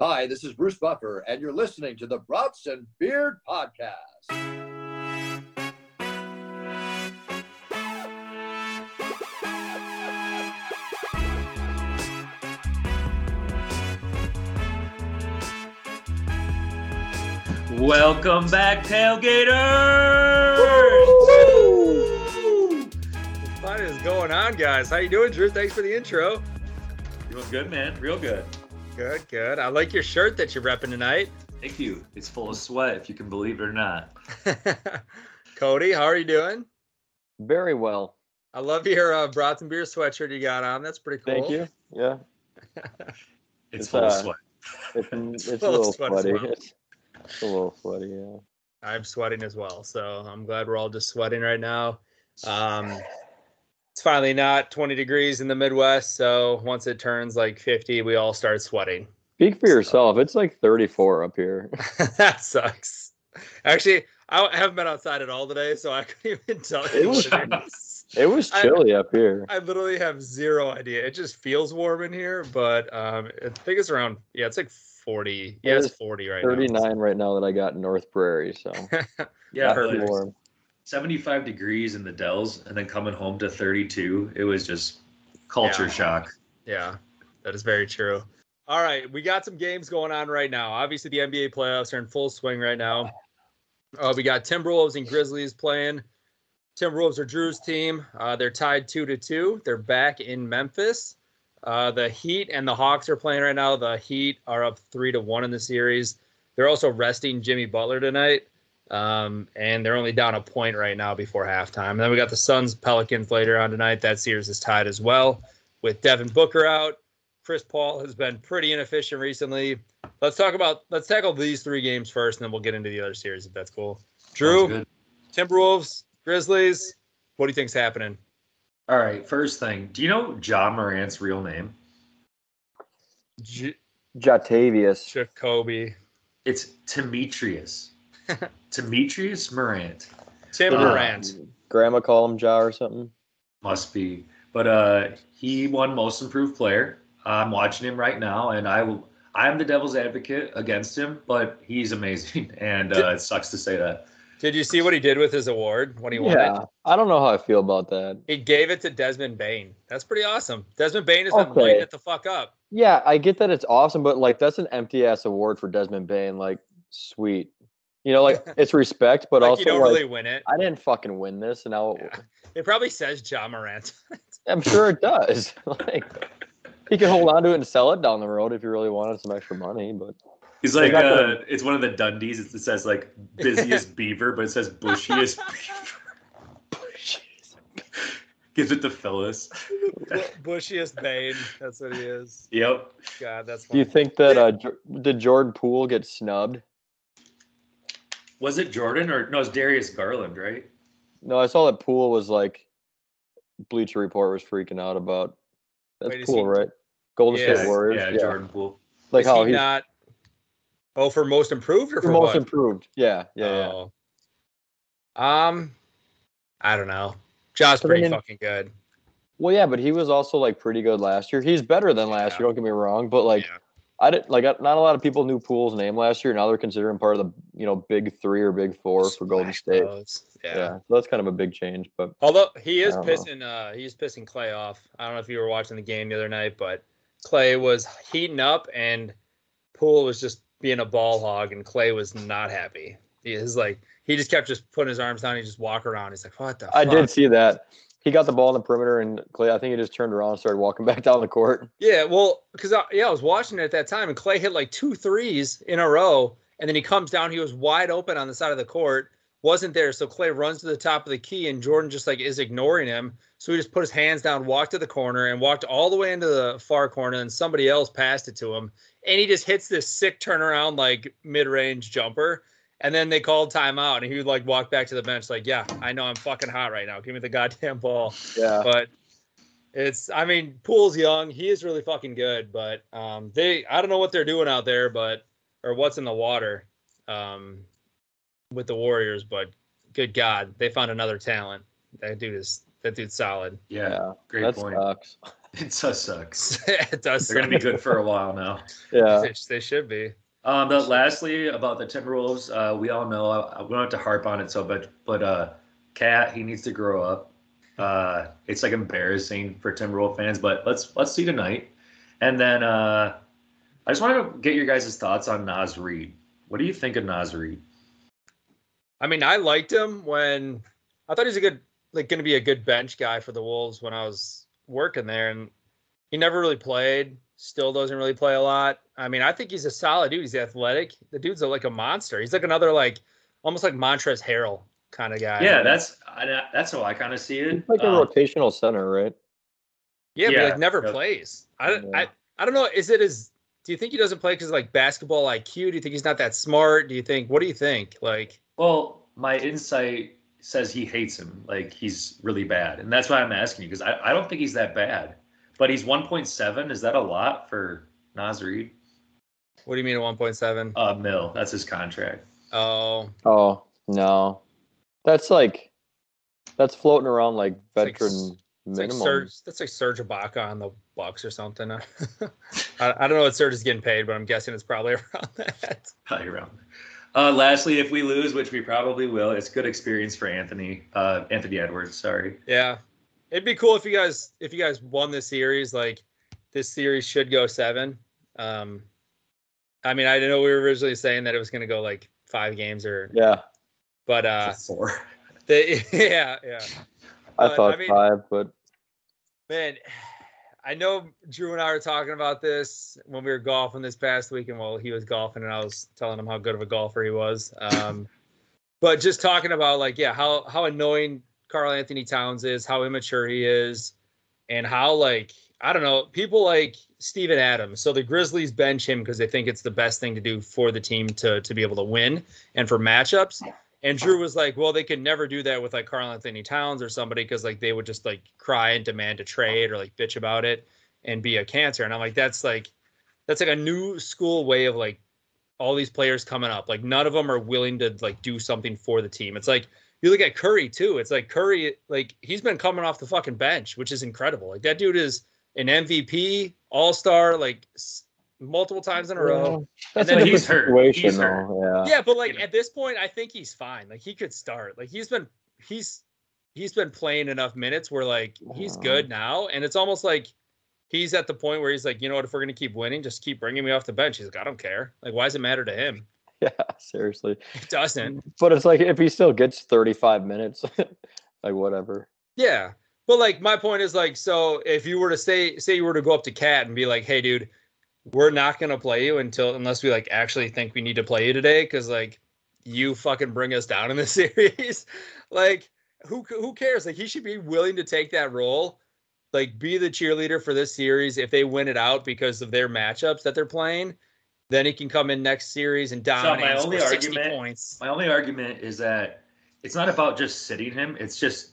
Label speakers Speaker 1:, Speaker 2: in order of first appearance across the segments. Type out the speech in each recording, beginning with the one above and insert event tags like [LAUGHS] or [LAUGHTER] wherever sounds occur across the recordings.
Speaker 1: Hi, this is Bruce Buffer, and you're listening to the Broughts and Beard Podcast.
Speaker 2: Welcome back, tailgaters!
Speaker 3: What is going on, guys? How you doing, Drew? Thanks for the intro.
Speaker 2: Doing good, man. Real good.
Speaker 3: Good, good. I like your shirt that you're repping
Speaker 4: [LAUGHS]
Speaker 3: tonight.
Speaker 2: Thank you. It's full of sweat, if you can believe it or not.
Speaker 3: Cody, how are you doing?
Speaker 4: Very well.
Speaker 3: I love your uh, Brats and Beer sweatshirt you got on. That's pretty cool.
Speaker 4: Thank you. Yeah.
Speaker 2: It's,
Speaker 4: It's,
Speaker 2: full of
Speaker 4: uh,
Speaker 2: sweat.
Speaker 3: [LAUGHS]
Speaker 4: It's, it's,
Speaker 3: full
Speaker 4: a
Speaker 3: of
Speaker 4: little
Speaker 3: sweat as
Speaker 4: sweaty.
Speaker 3: well.
Speaker 4: It's, it's a little sweaty, yeah.
Speaker 3: I'm sweating as well, so I'm glad we're all just sweating right now. Um, it's finally not 20 degrees in the Midwest, so once it turns like 50, we all start sweating. [LAUGHS]
Speaker 4: Speak for
Speaker 3: So-
Speaker 4: yourself. It's like 34 up
Speaker 3: [LAUGHS]
Speaker 4: here.
Speaker 3: that sucks. Actually, I haven't been outside at all today, so I couldn't even tell
Speaker 4: It
Speaker 3: you. [LAUGHS]
Speaker 4: was-
Speaker 3: what it is.
Speaker 4: It was
Speaker 3: I-
Speaker 4: chilly up here.
Speaker 3: I literally have zero idea. It just feels warm in here, but um, I think it's around. Yeah, it's like forty. Yeah, it's
Speaker 4: It is
Speaker 3: forty right
Speaker 4: 39 right now that I got in North Prairie,
Speaker 3: [LAUGHS]
Speaker 4: so
Speaker 3: now.
Speaker 2: Yeah,
Speaker 4: not too
Speaker 2: but
Speaker 3: perfect.
Speaker 4: warm.
Speaker 2: 75 degrees in the Dells, and then coming home to 32, it was just culture
Speaker 3: Yeah.
Speaker 2: shock.
Speaker 3: yeah, that is very true. All right, we got some games going on right now. Obviously, the NBA playoffs are in full swing right now. Uh, we got Timberwolves and Grizzlies playing. Timberwolves are Drew's team. Uh, they're tied two to two. They're back in Memphis. Uh, the Heat and the Hawks are playing right now. The Heat are up three to one in the series. They're also resting Jimmy Butler tonight, um, and they're only down a point right now before halftime. And then we got the Suns Pelicans later on tonight. That series is tied as well with Devin Booker out. Chris Paul has been pretty inefficient recently. Let's talk about let's tackle these three games first, and then we'll get into the other series if that's cool. Drew,
Speaker 2: Sounds good.
Speaker 3: Timberwolves, Grizzlies. What do you think's happening?
Speaker 2: All right, first thing. Do you know John Morant's real name?
Speaker 3: J-
Speaker 4: Jatavius.
Speaker 3: Jacoby,
Speaker 2: It's Demetrius. Demetrius Morant.
Speaker 3: Tim
Speaker 2: Uh,
Speaker 3: Morant.
Speaker 4: Grandma call him Ja or something.
Speaker 2: Must be. But uh, he won Most Improved Player. I'm watching him right now, and I will. I'm the devil's advocate against him, but he's amazing, [LAUGHS] and uh, it sucks to say that.
Speaker 3: Did you see what he did with his award when he won it?
Speaker 4: Yeah. I don't know how I feel about that.
Speaker 3: He gave it to Desmond Bain. That's pretty awesome. Desmond Bain has been
Speaker 4: Okay.
Speaker 3: lighting it the fuck up.
Speaker 4: Yeah, I get that it's awesome, but like that's an empty ass award for Desmond Bain. Like, sweet. You
Speaker 3: [LAUGHS]
Speaker 4: know, like it's respect, but
Speaker 3: like
Speaker 4: also
Speaker 3: you don't
Speaker 4: like,
Speaker 3: really win it.
Speaker 4: I didn't fucking win this, and now
Speaker 3: Yeah. It probably says John Morant. [LAUGHS]
Speaker 4: [LAUGHS] I'm sure it does. [LAUGHS] like he can hold on to it and sell it down the road if you really wanted some extra money. But
Speaker 2: He's like,
Speaker 4: They got
Speaker 2: uh, it's one of the Dundies. It says like
Speaker 4: [LAUGHS]
Speaker 2: busiest beaver, but it says bushiest beaver. Gives it to Phyllis.
Speaker 3: Bushiest Bain. That's what he is.
Speaker 2: Yep.
Speaker 3: God, that's
Speaker 4: do you
Speaker 3: funny.
Speaker 4: think that uh, Jor- did Jordan Poole get snubbed?
Speaker 2: Was it Jordan or no? It's Darius Garland, right?
Speaker 4: No, I saw that Poole was like Bleacher Report was freaking out about. That's
Speaker 3: Wait, is
Speaker 4: Poole,
Speaker 3: he-
Speaker 4: right? Golden
Speaker 3: Yeah,
Speaker 4: State Warriors.
Speaker 2: Yeah,
Speaker 4: Yeah,
Speaker 2: Jordan Poole.
Speaker 4: like
Speaker 3: Is
Speaker 4: how
Speaker 3: he
Speaker 4: he's
Speaker 3: not? Oh, for most improved or for
Speaker 4: most
Speaker 3: what?
Speaker 4: improved. Yeah, yeah, yeah.
Speaker 3: Oh. Um, I don't know. John's
Speaker 4: But I
Speaker 3: pretty
Speaker 4: mean-
Speaker 3: fucking good.
Speaker 4: Well, yeah, but he was also like pretty good last year. He's better than last
Speaker 3: Yeah.
Speaker 4: year. Don't get me wrong, but like
Speaker 3: Yeah.
Speaker 4: I didn't like not a lot of people knew Poole's name last year. Now they're considering part of the you know big three or big four for Golden
Speaker 3: Smash
Speaker 4: State.
Speaker 3: Bros.
Speaker 4: Yeah.
Speaker 3: yeah.
Speaker 4: so that's kind of a big change, but
Speaker 3: Although he is
Speaker 4: I don't know.
Speaker 3: pissing, uh, he's pissing Clay off. I don't know if you were watching the game the other night, but Clay was heating up, and Poole was just being a ball hog, and Clay was not happy. He is like he just kept just putting his arms down. He just walk around. He's like, "What the?"
Speaker 4: I
Speaker 3: fuck?"
Speaker 4: did see that. He got the ball in the perimeter, and Clay, I think he just turned around and started walking [LAUGHS] back down the court.
Speaker 3: Yeah, well, because I, yeah, I was watching it at that time, and Clay hit like two threes in a row, and then he comes down. He was wide open on the side of the court, wasn't there. So Clay runs to the top of the key, and Jordan just like is ignoring him. So he just put his hands down, walked to the corner, and walked all the way into the far corner. And somebody else passed it to him, and he just hits this sick turnaround like mid-range jumper. And then they called timeout, and he would like walk back to the bench, like, "Yeah, I know I'm fucking hot right now. Give me the goddamn ball."
Speaker 4: Yeah,
Speaker 3: but it's I mean, Poole's young. He is really fucking good, but um they I don't know what they're doing out there, but or what's in the water um with the Warriors, but good God, they found another talent. That dude is that dude's solid. [LAUGHS]
Speaker 2: Yeah,
Speaker 4: Yeah, uh,
Speaker 2: great
Speaker 4: that
Speaker 2: point.
Speaker 4: sucks.
Speaker 2: [LAUGHS] It does suck.
Speaker 3: it does.
Speaker 2: They're going to be uh, good for a while now.
Speaker 4: Yeah.
Speaker 3: They, [LAUGHS] they should be.
Speaker 2: Um, but lastly, about the Timberwolves, uh, we all know I, I don't have to harp on it so much, but uh, Cat he needs to grow up. Uh, it's like embarrassing for Timberwolf fans, but let's let's see tonight. And then uh, I just wanted to get your guys' thoughts on Nas Reed. What do you think of Nas Reed?
Speaker 3: I mean, I liked him when I thought he was a good, like, going to be a good bench guy for the Wolves when I was working there, and he never really played. Still doesn't really play a lot. I mean, I think he's a solid dude. He's athletic. The dude's a, like a monster. He's like another like almost like Montrezl Harrell kind of guy.
Speaker 2: Yeah, that's I, that's how I kind of see
Speaker 4: He's
Speaker 2: it.
Speaker 4: like a
Speaker 2: Um,
Speaker 4: rotational center, right?
Speaker 3: yeah, but he,
Speaker 2: yeah,
Speaker 3: like never
Speaker 2: yeah.
Speaker 3: plays. I, don't.
Speaker 4: Yeah.
Speaker 3: I I don't know. Is it as do you think he doesn't play because like basketball IQ? Do you think he's not that smart? Do you think what do you think? Like
Speaker 2: Well, my insight says he hates him. Like he's really bad. And that's why I'm asking you because I, I don't think he's that bad. But he's 1.7. Is that a lot for Nas Reed?
Speaker 3: what do you mean at one point seven?
Speaker 2: Uh, Mill. That's his contract.
Speaker 3: Oh,
Speaker 4: Oh no, that's like that's floating around like
Speaker 3: It's like
Speaker 4: veteran
Speaker 3: s- it's like
Speaker 4: minimum.
Speaker 3: Serge, that's like Serge Ibaka on the Bucks or something. [LAUGHS] I, I don't know what Serge is getting paid, but I'm guessing it's probably [LAUGHS] around that.
Speaker 2: Probably around. Uh, lastly, if we lose, which we probably will, it's good experience for Anthony. Uh, Anthony Edwards. Sorry.
Speaker 3: Yeah, it'd be cool if you guys if you guys won this series. Like this series should go seven. Um, I mean, I know we were originally saying that it was going to go like five games or,
Speaker 4: Yeah,
Speaker 3: but
Speaker 2: [LAUGHS]
Speaker 3: uh,
Speaker 2: Four.
Speaker 3: they, [LAUGHS] yeah, yeah.
Speaker 4: I
Speaker 3: But, I
Speaker 4: thought
Speaker 3: mean-
Speaker 4: five, but
Speaker 3: Man, [SIGHS] I know Drew and I were talking about this when we were golfing this past weekend. Well, he was golfing, and I was telling him how good of a golfer he was. Um, [LAUGHS] but just talking about like, yeah, how how annoying Carl Anthony Towns is, how immature he is, and how like I don't know people like Steven Adams. So the Grizzlies bench him because they think it's the best thing to do for the team to to be able to win and for matchups. And Drew was like, well, they could never do that with like Carl Anthony Towns or somebody because like they would just like cry and demand a trade or like bitch about it and be a cancer. And I'm like, that's like, that's like a new school way of like all these players coming up. Like none of them are willing to like do something for the team. It's like you look at Curry too. It's like Curry, like he's been coming off the fucking bench, which is incredible. Like that dude is an MVP, all star, like s- multiple times in a row.
Speaker 4: that's
Speaker 3: then
Speaker 4: a
Speaker 2: he's
Speaker 4: different
Speaker 2: hurt.
Speaker 4: situation,
Speaker 2: He's hurt.
Speaker 4: though. Yeah.
Speaker 3: Yeah, but like
Speaker 2: know.
Speaker 3: at this point, I think he's fine. Like he could start. Like he's been he's he's been playing enough minutes where like he's
Speaker 4: Yeah.
Speaker 3: good now, and it's almost like he's at the point where he's like, you know what, if we're gonna keep winning, just keep bringing me off the bench. He's like, I don't care. Like, why does it matter to him?
Speaker 4: [LAUGHS] yeah, seriously.
Speaker 3: It doesn't.
Speaker 4: But it's like if he still gets thirty-five minutes, [LAUGHS] like whatever.
Speaker 3: Yeah. But like my point is like, so if you were to say say you were to go up to Cat and be like, hey dude, we're not gonna play you until unless we like actually think we need to play you today, because like you fucking bring us down in this [LAUGHS] series. like who c- who cares? Like he should be willing to take that role, like be the cheerleader for this series if they win it out because of their matchups that they're playing. Then he can come in next series and dominate. and
Speaker 2: only
Speaker 3: score 60
Speaker 2: argument-
Speaker 3: points.
Speaker 2: My only argument is that it's not about just sitting him. It's just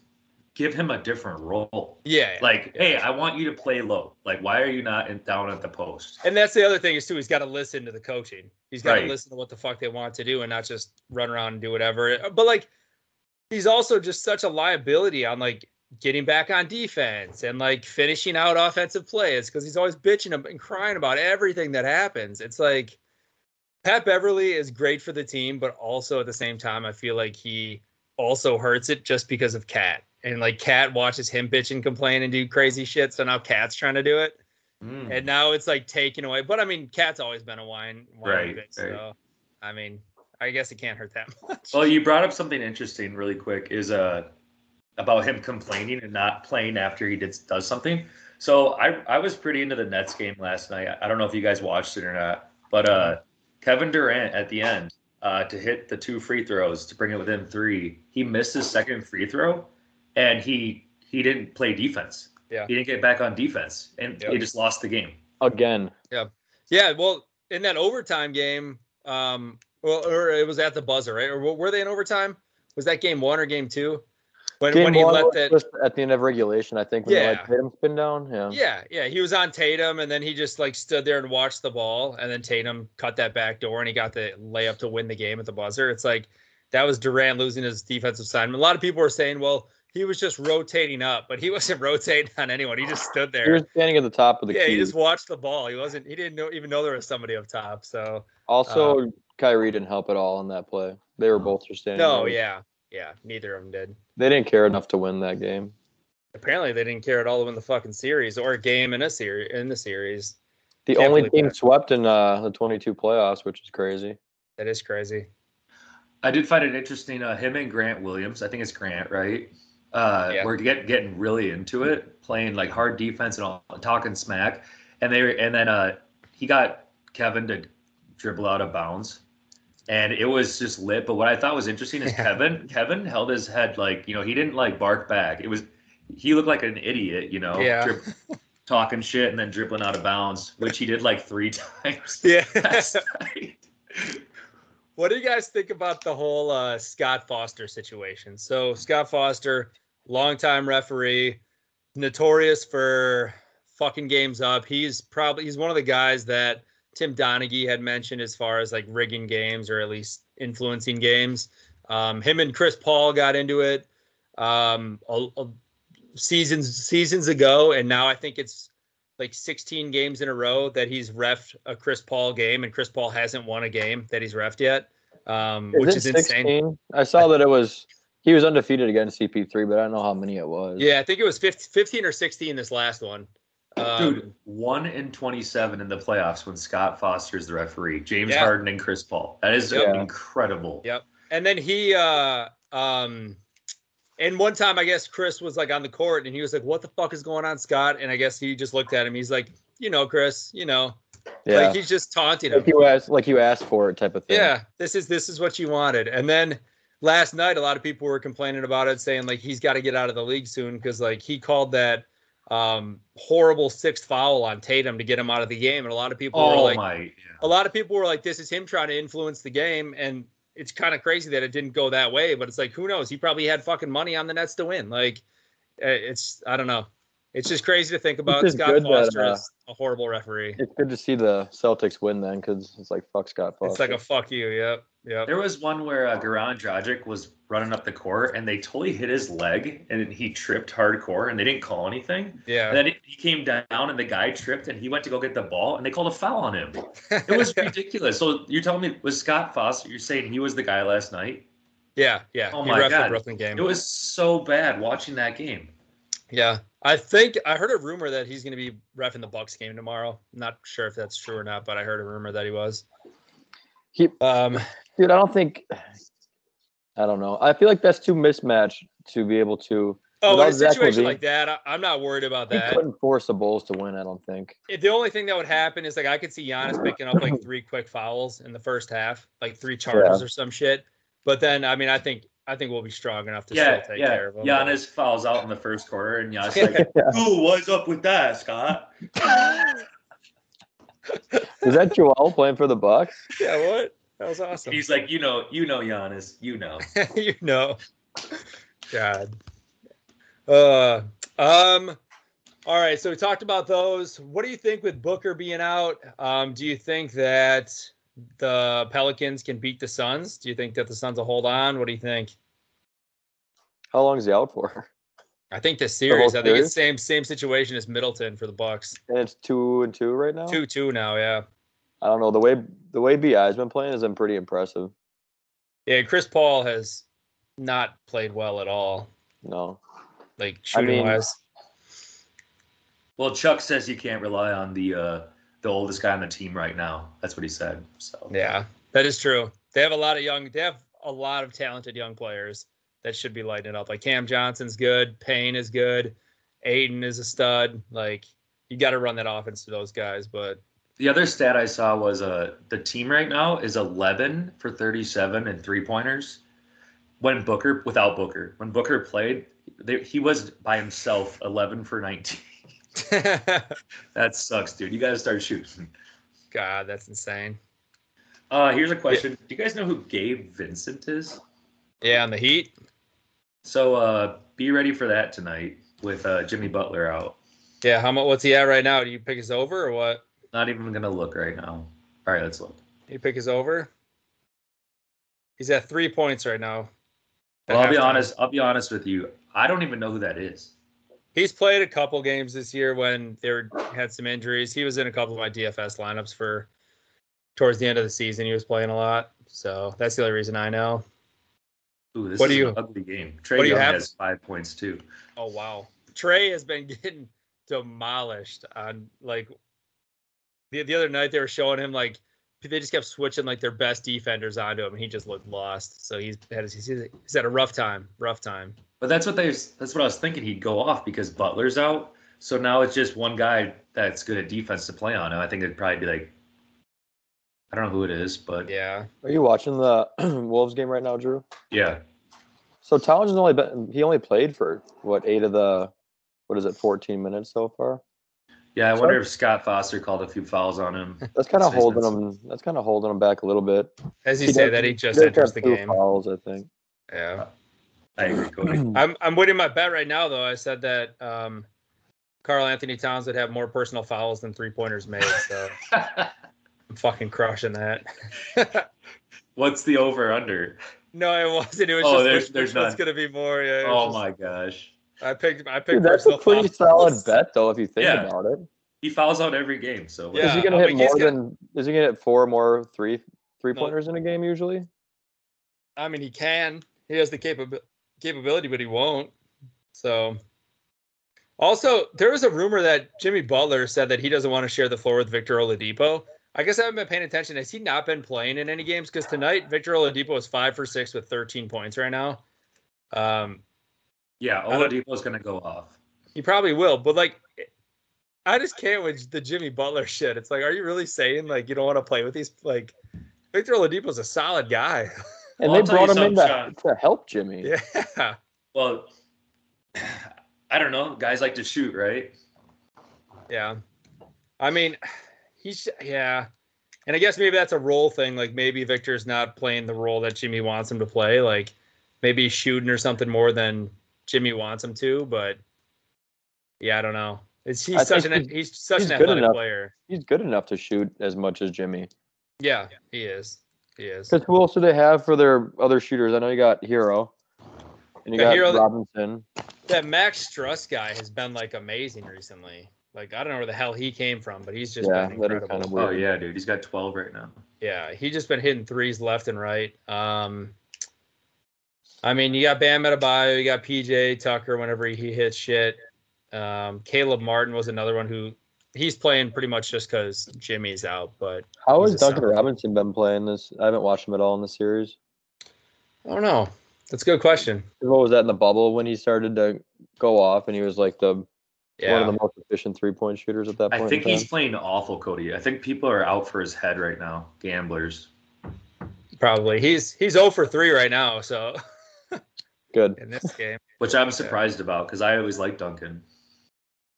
Speaker 2: give him a different role.
Speaker 3: Yeah.
Speaker 2: Like, hey, I want you to play low. Like, why are you not in, down at the post?
Speaker 3: And that's the other thing is too. He's got to listen to the coaching. He's got to
Speaker 2: Right.
Speaker 3: listen to what the fuck they want to do and not just run around and do whatever. But like, he's also just such a liability on like getting back on defense and like finishing out offensive plays because he's always bitching ab- and crying about everything that happens. It's like Pat Beverly is great for the team, but also at the same time, I feel like he also hurts it just because of Cat. And like Cat watches him bitch and complain and do crazy shit. So now Cat's trying to do it
Speaker 2: Mm.
Speaker 3: and now it's like taken away. But I mean, Cat's always been a wine, wine
Speaker 2: Right,
Speaker 3: bitch,
Speaker 2: right.
Speaker 3: so I mean, I guess it can't hurt that much.
Speaker 2: Well, you brought up something interesting really quick is uh about him complaining and not playing after he did, does something. So I I was pretty into the Nets game last night. I don't know if you guys watched it or not, but uh Kevin Durant at the end uh to hit the two free throws to bring it within 3, he missed his second free throw and he he didn't play defense.
Speaker 3: Yeah.
Speaker 2: He didn't get back on defense and
Speaker 3: Yeah.
Speaker 2: he just lost the game.
Speaker 4: Again,
Speaker 3: [LAUGHS] yeah, well, in that overtime game, um, well, or it was at the buzzer, right? Or w- were they in overtime? Was that game one or game two? When
Speaker 4: Game
Speaker 3: when he
Speaker 4: one
Speaker 3: left
Speaker 4: was
Speaker 3: that.
Speaker 4: just at the end of regulation, I think. When they
Speaker 3: Yeah.
Speaker 4: like hit him spin down. Yeah.
Speaker 3: Yeah, yeah, he was on Tatum, and then he just like stood there and watched the ball, and then Tatum cut that back door, and he got the layup to win the game at the buzzer. It's like that was Durant losing his defensive side. And a lot of people were saying, "Well, he was just rotating up, but he [LAUGHS] wasn't rotating on anyone. He just stood
Speaker 4: He
Speaker 3: there.
Speaker 4: was standing at the top of the
Speaker 3: yeah,
Speaker 4: key.
Speaker 3: he just watched the ball. He wasn't. He didn't know, even know there was somebody up top. So uh,
Speaker 4: also, Kyrie didn't help at all in that play. They were both just standing.
Speaker 3: no,
Speaker 4: there.
Speaker 3: yeah, yeah. Neither of them did.
Speaker 4: They didn't care enough to win that game.
Speaker 3: Apparently, they didn't care at all to win the fucking series or a game in a series. In the series,
Speaker 4: The
Speaker 3: Can't
Speaker 4: only
Speaker 3: believe
Speaker 4: team
Speaker 3: that.
Speaker 4: swept in uh, the 22 playoffs, which is crazy.
Speaker 3: that is crazy.
Speaker 2: I did find it interesting. Uh, him and Grant Williams, I think it's Grant, right? Uh,
Speaker 3: Yeah.
Speaker 2: We're get, getting really into it, playing like hard defense and all, talking smack. And they were- and then uh, he got Kevin to dribble out of bounds, and it was just lit. But what I thought was interesting
Speaker 3: [LAUGHS]
Speaker 2: is Kevin. Kevin held his head like you know he didn't like bark back. It was he looked like an idiot, you know,
Speaker 3: Yeah. [LAUGHS]
Speaker 2: talking shit and then dribbling out of bounds, which he did like three [LAUGHS] times.
Speaker 3: Yeah.
Speaker 2: [LAUGHS]
Speaker 3: [LAUGHS]
Speaker 2: last night.
Speaker 3: What do you guys think about the whole uh, Scott Foster situation? So Scott Foster, longtime referee, notorious for fucking games up. He's probably he's one of the guys that Tim Donaghy had mentioned as far as like rigging games or at least influencing games. Um, him and Chris Paul got into it um, a, a- seasons seasons ago, and now I think it's like 16 games in a row that he's refed a Chris Paul game, and Chris Paul hasn't won a game that he's refed yet, um, which
Speaker 4: it
Speaker 3: is insane.
Speaker 4: 16? I saw that it was he was undefeated against CP3, but I don't know how many it was.
Speaker 3: Yeah, I think it was 15, 15 or 16 this last one. Um,
Speaker 2: Dude, one in twenty-seven in the playoffs when Scott Foster is the referee. James
Speaker 3: Yeah.
Speaker 2: Harden and Chris Paul. That is
Speaker 4: Yep.
Speaker 2: incredible.
Speaker 3: Yep. And then he uh um and one time I guess Chris was like on the court and he was like, What the fuck is going on, Scott? And I guess he just looked at him. He's like, you know, Chris, you know.
Speaker 4: yeah.
Speaker 3: Like he's just taunting him.
Speaker 4: like you asked, like you asked for it, type of thing.
Speaker 3: Yeah, this is this is what you wanted. And then last night, a lot of people were complaining about it, saying like he's got to get out of the league soon because like he called that um horrible sixth foul on Tatum to get him out of the game, and a lot of people were
Speaker 2: Oh
Speaker 3: like,
Speaker 2: my! yeah.
Speaker 3: a lot of people were like, "This is him trying to influence the game," and it's kind of crazy that it didn't go that way. But it's like, who knows? He probably had fucking money on the Nets to win. Like, eh, it's I don't know. It's just crazy to think about
Speaker 4: just
Speaker 3: Scott
Speaker 4: good that,
Speaker 3: Foster
Speaker 4: uh,
Speaker 3: as a horrible referee.
Speaker 4: It's good to see the Celtics win then, because it's like fuck Scott Foster.
Speaker 3: It's like a fuck you. Yep. Yep.
Speaker 2: There was one where uh, Goran Dragic was running up the court, and they totally hit his leg, and he tripped hardcore, and they didn't call anything.
Speaker 3: Yeah.
Speaker 2: And then he came down, and the guy tripped, and he went to go get the ball, and they called a foul on him. It
Speaker 3: [LAUGHS]
Speaker 2: was ridiculous. So you're telling me was Scott Foster? You're saying he was the guy last night?
Speaker 3: yeah. Yeah.
Speaker 2: Oh
Speaker 3: he
Speaker 2: my
Speaker 3: reffed the
Speaker 2: God.
Speaker 3: Brooklyn game.
Speaker 2: It was so bad watching that game.
Speaker 3: yeah. I think I heard a rumor that he's going to be refing the Bucks game tomorrow. Not sure if that's true or not, but I heard a rumor that he was.
Speaker 4: He-
Speaker 3: um,
Speaker 4: Dude, I don't think. I don't know. I feel like that's too mismatched to be able to.
Speaker 3: oh, in
Speaker 4: Without
Speaker 3: a
Speaker 4: Zach
Speaker 3: situation
Speaker 4: Levine-
Speaker 3: like that, I, I'm not worried about
Speaker 4: He
Speaker 3: that.
Speaker 4: couldn't force the Bulls to win. I don't think.
Speaker 3: If the only thing that would happen is like I could see Giannis picking up like three quick fouls in the first half, like three charges or some shit. But then, I mean, I think I think we'll be strong enough to
Speaker 2: yeah,
Speaker 3: still take
Speaker 2: yeah.
Speaker 3: care of them.
Speaker 2: Giannis fouls out in the first quarter, and Giannis is like, "Ooh, what's up with that,
Speaker 3: [LAUGHS]
Speaker 2: Scott?"
Speaker 4: Is that Joel playing for the Bucks?
Speaker 3: [LAUGHS] yeah, what? That was awesome. [LAUGHS]
Speaker 2: He's like, "You know, you know, Giannis, you know."
Speaker 3: you know. God. Uh um all right, so we talked about those. What do you think with Booker being out? Um, do you think that the Pelicans can beat the Suns? Do you think that the Suns will hold on? What do you think?
Speaker 4: How long is he out for? [LAUGHS]
Speaker 3: I think this
Speaker 4: whole
Speaker 3: series, I think it's same same situation as Middleton for the Bucks.
Speaker 4: And it's two and two right now.
Speaker 3: Two two now, yeah.
Speaker 4: I don't know the way the way Bi's been playing has been pretty impressive.
Speaker 3: Yeah, Chris Paul has not played well at all,
Speaker 4: No,
Speaker 3: like shooting
Speaker 4: mean-
Speaker 3: wise.
Speaker 2: Well, Chuck says you can't rely on the uh, the oldest guy on the team right now. That's what he said. So
Speaker 3: Yeah, that is true. They have a lot of young. They have a lot of talented young players that should be lighting it up. Like Cam Johnson's good, Payne is good, Aiden is a stud. Like you got to run that offense to those guys. But [LAUGHS]
Speaker 2: The other stat I saw was uh, the team right now is 11 for 37 and three pointers. When Booker, without Booker, when Booker played, they, he was by himself 11 for 19. [LAUGHS] That sucks, dude. You got to start shooting.
Speaker 3: God, that's insane.
Speaker 2: Uh, here's a question. Do you guys know who Gabe Vincent is?
Speaker 3: Yeah, and the Heat.
Speaker 2: So uh, be ready for that tonight with uh, Jimmy Butler out.
Speaker 3: Yeah, how much? What's he at right now? Do you pick his over or what?
Speaker 2: Not even gonna look right now. All right, let's look.
Speaker 3: You pick his over. He's at three points right now.
Speaker 2: Well, I'll be
Speaker 3: At halftime.
Speaker 2: honest. I'll be honest with you. I don't even know who that is.
Speaker 3: He's played a couple games this year when they were, had some injuries. He was in a couple of my DFS lineups for towards the end of the season. He was playing a lot, so that's the only reason I know.
Speaker 2: Ooh, this
Speaker 3: What
Speaker 2: is
Speaker 3: do
Speaker 2: an
Speaker 3: you-
Speaker 2: ugly game. Trey
Speaker 3: what do you
Speaker 2: Young
Speaker 3: have?
Speaker 2: has five points too.
Speaker 3: Oh wow, Trey has been [LAUGHS] getting demolished on like the the other night they were showing him like they just kept switching like their best defenders onto him and he just looked lost. So he's had he's, he's had a rough time, rough time.
Speaker 2: But that's what they that's what I was thinking he'd go off because Butler's out. So now it's just one guy that's good at defense to play on. And I think it'd probably be like I don't know who it is, but yeah.
Speaker 3: Yeah,
Speaker 4: Are you watching the [CLEARS THROAT] Wolves game right now, Drew? So Townsend's only been he only played for what eight of the what is it fourteen minutes so far?
Speaker 2: Yeah, I wonder if Scott Foster called a few fouls on him.
Speaker 4: That's kind of
Speaker 2: Six
Speaker 4: holding
Speaker 2: minutes.
Speaker 4: him. That's kind of holding him back a little bit.
Speaker 3: as he,
Speaker 4: He
Speaker 3: said
Speaker 4: does-
Speaker 3: that he just
Speaker 4: They've
Speaker 3: enters
Speaker 4: got
Speaker 3: the
Speaker 4: two
Speaker 3: game.
Speaker 4: fouls, I think. [CLEARS THROAT]
Speaker 3: Yeah.
Speaker 2: I agree, Cody.
Speaker 3: I'm I'm winning my bet right now though. I said that um Carl Anthony Towns would have more personal fouls than three pointers made.
Speaker 4: [LAUGHS]
Speaker 3: So I'm fucking crushing that. [LAUGHS]
Speaker 2: What's the over under?
Speaker 3: no, it wasn't. It was
Speaker 2: Oh,
Speaker 3: just
Speaker 2: there's-
Speaker 3: which-
Speaker 2: there's
Speaker 3: which one's
Speaker 2: none.
Speaker 3: gonna be more. Yeah, it was
Speaker 2: Oh
Speaker 3: just-
Speaker 2: my gosh.
Speaker 3: I picked I picked
Speaker 4: Dude, that's
Speaker 3: personal
Speaker 4: a pretty
Speaker 3: fouls.
Speaker 4: solid bet, though, if you think
Speaker 2: Yeah.
Speaker 4: about it. Is
Speaker 2: He fouls out every game, so
Speaker 3: Yeah,
Speaker 4: he gonna
Speaker 3: I
Speaker 4: hit
Speaker 3: think he's
Speaker 4: more
Speaker 3: gonna-
Speaker 4: than? Is he gonna hit four more three three pointers in a game usually?
Speaker 3: I mean he can. He has the capab- capability, but he won't. So also there was a rumor that Jimmy Butler said that he doesn't want to share the floor with Victor Oladipo. I guess I haven't been paying attention. Has he not been playing in any games? Because tonight Victor Oladipo is five for six with 13 points right now. Um,
Speaker 2: yeah,
Speaker 3: I don't-
Speaker 2: Oladipo's gonna go off.
Speaker 3: He probably will, but like, I just can't with the Jimmy Butler shit. It's like, are you really saying like you don't want to play with these? Like, Victor Oladipo's a solid guy. [LAUGHS]
Speaker 4: And
Speaker 2: Well, I'll
Speaker 4: they
Speaker 2: tell you
Speaker 4: brought him in to,
Speaker 2: something,
Speaker 4: to help Jimmy.
Speaker 3: yeah,
Speaker 2: Well, [SIGHS] I don't know. Guys like to shoot, right?
Speaker 3: yeah. I mean, [SIGHS] he's yeah, and I guess maybe that's a role thing. Like maybe Victor's not playing the role that Jimmy wants him to play. Like maybe he's shooting or something more than Jimmy wants him to. But yeah, I don't know. It's,
Speaker 4: I
Speaker 3: he's such
Speaker 4: think
Speaker 3: an he's such
Speaker 4: he's
Speaker 3: an
Speaker 4: good
Speaker 3: athletic
Speaker 4: enough.
Speaker 3: player.
Speaker 4: He's good enough to shoot as much as Jimmy.
Speaker 3: Yeah, he is. He is.
Speaker 4: Because who else do they have for their other shooters? I know you got Hero, and you
Speaker 3: Got
Speaker 4: got,
Speaker 3: Hero that-
Speaker 4: Robinson.
Speaker 3: that Max Struss guy has been like amazing recently. Like I don't know where the hell he came from, but he's just
Speaker 4: Yeah,
Speaker 3: been
Speaker 4: that is
Speaker 3: incredible.
Speaker 4: kind of
Speaker 2: Oh
Speaker 4: weird.
Speaker 2: yeah, dude. He's got twelve right now.
Speaker 3: Yeah, he just been hitting threes left and right. Um, I mean, you got Bam Adebayo, you got PJ Tucker whenever he hits shit. Um, Caleb Martin was another one who he's playing pretty much just because Jimmy's out. But
Speaker 4: How
Speaker 3: He's
Speaker 4: has
Speaker 3: a
Speaker 4: Duncan
Speaker 3: solid-
Speaker 4: Robinson been playing this? I haven't watched him at all in the series.
Speaker 3: I don't know. That's a good question.
Speaker 4: What was that in the bubble when he started to go off, and he was like the one
Speaker 3: Yeah,
Speaker 4: of the most efficient three point shooters at that point.
Speaker 2: I
Speaker 4: in
Speaker 2: think
Speaker 4: time.
Speaker 2: he's playing awful, Cody. I think people are out for his head right now. Gamblers.
Speaker 3: probably. He's he's 0 for three right now. So
Speaker 4: good.
Speaker 3: in this game.
Speaker 2: Which I'm surprised about because I always liked Duncan.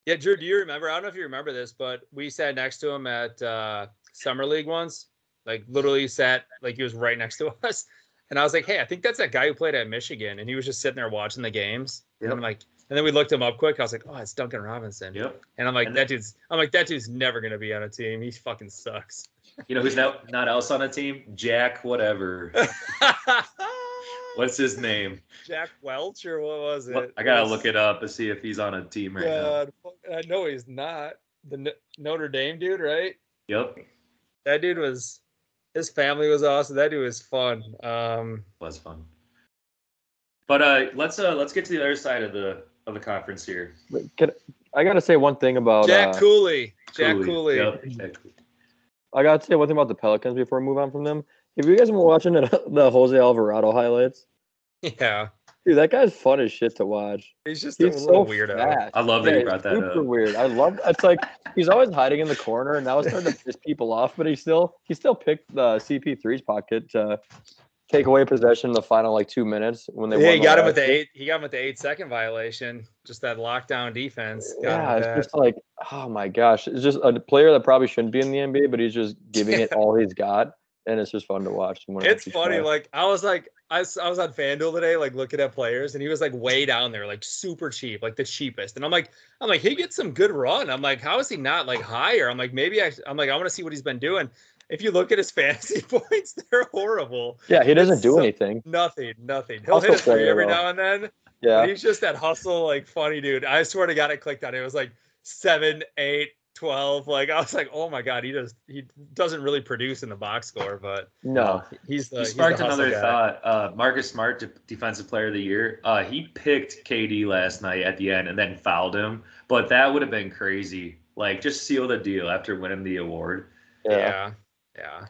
Speaker 3: Yeah, Drew, do you remember? I don't know if you remember this, but we sat next to him at uh, Summer League once. Like literally sat like he was right next to [LAUGHS] us. And I was like, hey, I think that's that guy who played at Michigan. And he was just sitting there watching the games. And I'm
Speaker 2: Yep.
Speaker 3: like, and then we looked him up quick. I was like, oh, it's Duncan Robinson.
Speaker 2: Yep.
Speaker 3: And I'm like,
Speaker 2: And-
Speaker 3: that dude's I'm like, that dude's never gonna be on a team. He
Speaker 2: [LAUGHS]
Speaker 3: fucking sucks. [LAUGHS]
Speaker 2: You know who's not not else on a team? Jack, whatever. What's his name?
Speaker 3: Jack Welch or what was it?
Speaker 2: What- I gotta look it up to see if he's on a team right
Speaker 3: God, fuck- I know he's not. The N- Notre Dame dude, right?
Speaker 2: now. Yep.
Speaker 3: that dude was his family was awesome. That dude was fun. Um
Speaker 2: Was fun. But uh let's uh let's get to the other side of the of the conference here.
Speaker 4: But Can, I gotta say one thing about
Speaker 3: Jack
Speaker 4: uh,
Speaker 3: Cooley. Jack Cooley.
Speaker 2: Yep, Jack Cooley.
Speaker 4: I gotta say one thing about the Pelicans before we move on from them. Have you guys been watching the, [LAUGHS] the Jose Alvarado highlights?
Speaker 3: [LAUGHS] Yeah.
Speaker 4: Dude, that guy's fun as shit to watch.
Speaker 3: He's just
Speaker 4: He's
Speaker 3: a
Speaker 4: so
Speaker 3: little weirdo.
Speaker 4: fast.
Speaker 2: I love that
Speaker 4: Yeah,
Speaker 2: you brought
Speaker 4: it's
Speaker 2: that
Speaker 4: super
Speaker 2: up.
Speaker 4: weird. I love. It's like he's always hiding in the corner, and now it's starting to piss people off. But he still he still picked the CP3's pocket to take away possession in the final like two minutes when they.
Speaker 3: Yeah,
Speaker 4: won
Speaker 3: he got him with
Speaker 4: last
Speaker 3: the
Speaker 4: game.
Speaker 3: eight. He got him with the eight second violation. Just that lockdown defense. Got
Speaker 4: Yeah,
Speaker 3: him
Speaker 4: it's
Speaker 3: with that.
Speaker 4: just like, oh my gosh, it's just a player that probably shouldn't be in the NBA, but he's just giving
Speaker 3: [LAUGHS]
Speaker 4: it all he's got, and it's just fun to watch. and when
Speaker 3: It's
Speaker 4: he's
Speaker 3: funny.
Speaker 4: trying.
Speaker 3: Like I was like I, s- I was on FanDuel today, like looking at players, and he was like way down there, like super cheap, like the cheapest. And I'm like, I'm like, he gets some good run. I'm like, how is he not like higher? I'm like, maybe I. sh- I'm like, I want to see what he's been doing. If you look at his [LAUGHS] fantasy points, they're horrible.
Speaker 4: yeah, he doesn't do
Speaker 3: so-
Speaker 4: anything.
Speaker 3: Nothing, nothing. He'll
Speaker 4: Also
Speaker 3: hit a three
Speaker 4: player,
Speaker 3: every
Speaker 4: though.
Speaker 3: now and then,
Speaker 4: Yeah.
Speaker 3: But he's just that hustle, like funny dude. I swear to God, I clicked on it. It was like seven, eight, 12. Like I was like, oh my God, he does he doesn't really produce in the box score, but
Speaker 4: No.
Speaker 3: he's the
Speaker 2: Uh, He
Speaker 3: he's the
Speaker 2: sparked
Speaker 3: hustle
Speaker 2: another
Speaker 3: guy.
Speaker 2: thought. Uh, Marcus Smart, de- Defensive Player of the Year. Uh, he picked KD last night at the end and then fouled him, but that would have been crazy. Like, just seal the deal after winning the award.
Speaker 4: Yeah.
Speaker 3: Yeah. Yeah.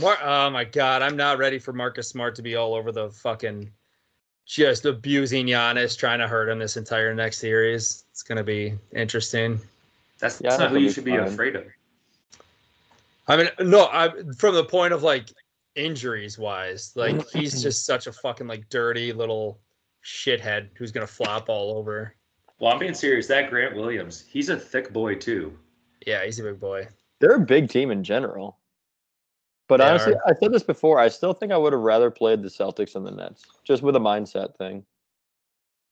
Speaker 3: Mar- oh my god, I'm not ready for Marcus Smart to be all over the fucking just abusing Giannis, trying to hurt him this entire next series. It's gonna be interesting.
Speaker 2: That's,
Speaker 4: Yeah,
Speaker 2: that's not
Speaker 4: that'll
Speaker 2: who you
Speaker 4: be
Speaker 2: should be
Speaker 4: fine.
Speaker 2: afraid of.
Speaker 3: I mean, no, I from the point of like injuries wise, like he's just such a fucking like dirty little shithead who's gonna flop all over.
Speaker 2: Well, I'm being serious. That Grant Williams, he's a thick boy too.
Speaker 3: Yeah, he's a big boy.
Speaker 4: They're a big team in general. But
Speaker 3: They
Speaker 4: honestly,
Speaker 3: are.
Speaker 4: I said this before. I still think I would have rather played the Celtics and the Nets, just with a mindset thing.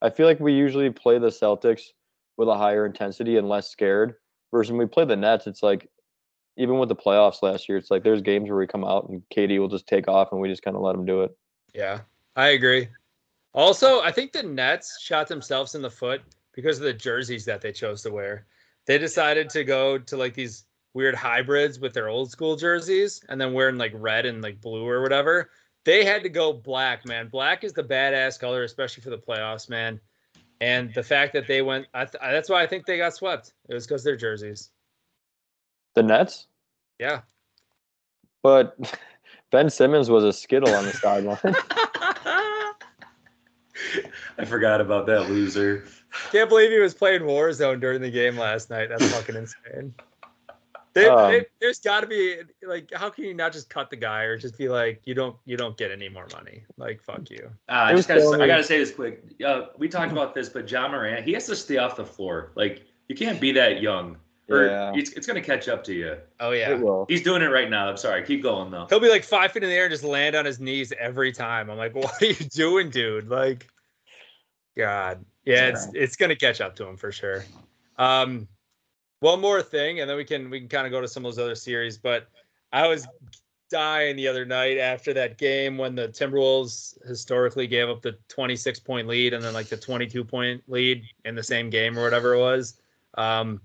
Speaker 4: I feel like we usually play the Celtics with a higher intensity and less scared. Versus when we play the Nets, it's like even with the playoffs last year, it's like there's games where we come out and KD will just take off and we just kind of let him do it.
Speaker 3: Yeah, I agree. Also, I think the Nets shot themselves in the foot because of the jerseys that they chose to wear. They decided to go to like these weird hybrids with their old school jerseys and then wearing like red and like blue or whatever. They had to go black, man. Black is the badass color, especially for the playoffs, man. And the fact that they went, I th- I- that's why I think they got swept. It was because their jerseys.
Speaker 4: The Nets,
Speaker 3: Yeah.
Speaker 4: but [LAUGHS] Ben Simmons was a skittle on the sideline.
Speaker 2: I forgot about that loser.
Speaker 3: Can't believe he was playing Warzone during the game last night. That's fucking insane. They,
Speaker 4: Um,
Speaker 3: they, there's got to be like, how can you not just cut the guy or just be like, you don't, you don't get any more money? Like, fuck you.
Speaker 2: Uh, I
Speaker 4: It was
Speaker 2: just gotta,
Speaker 4: so-
Speaker 2: I gotta say this quick. Uh, we talked about this, but John Moran, he has to stay off the floor. Like you can't be that young, or
Speaker 4: Yeah.
Speaker 2: it's, it's gonna catch up to you.
Speaker 3: Oh
Speaker 4: It
Speaker 3: yeah,
Speaker 4: will.
Speaker 2: He's doing it right now. I'm sorry. Keep going though.
Speaker 3: he'll be like five feet in the air and just land on his knees every time. I'm like, [LAUGHS] what are you doing, dude? Like, God, yeah, it's it's gonna catch up to him for sure. Um, one more thing, and then we can we can kind of go to some of those other series. But I was dying the other night after that game when the Timberwolves historically gave up the 26 point lead and then like the 22 point lead in the same game or whatever it was. Um,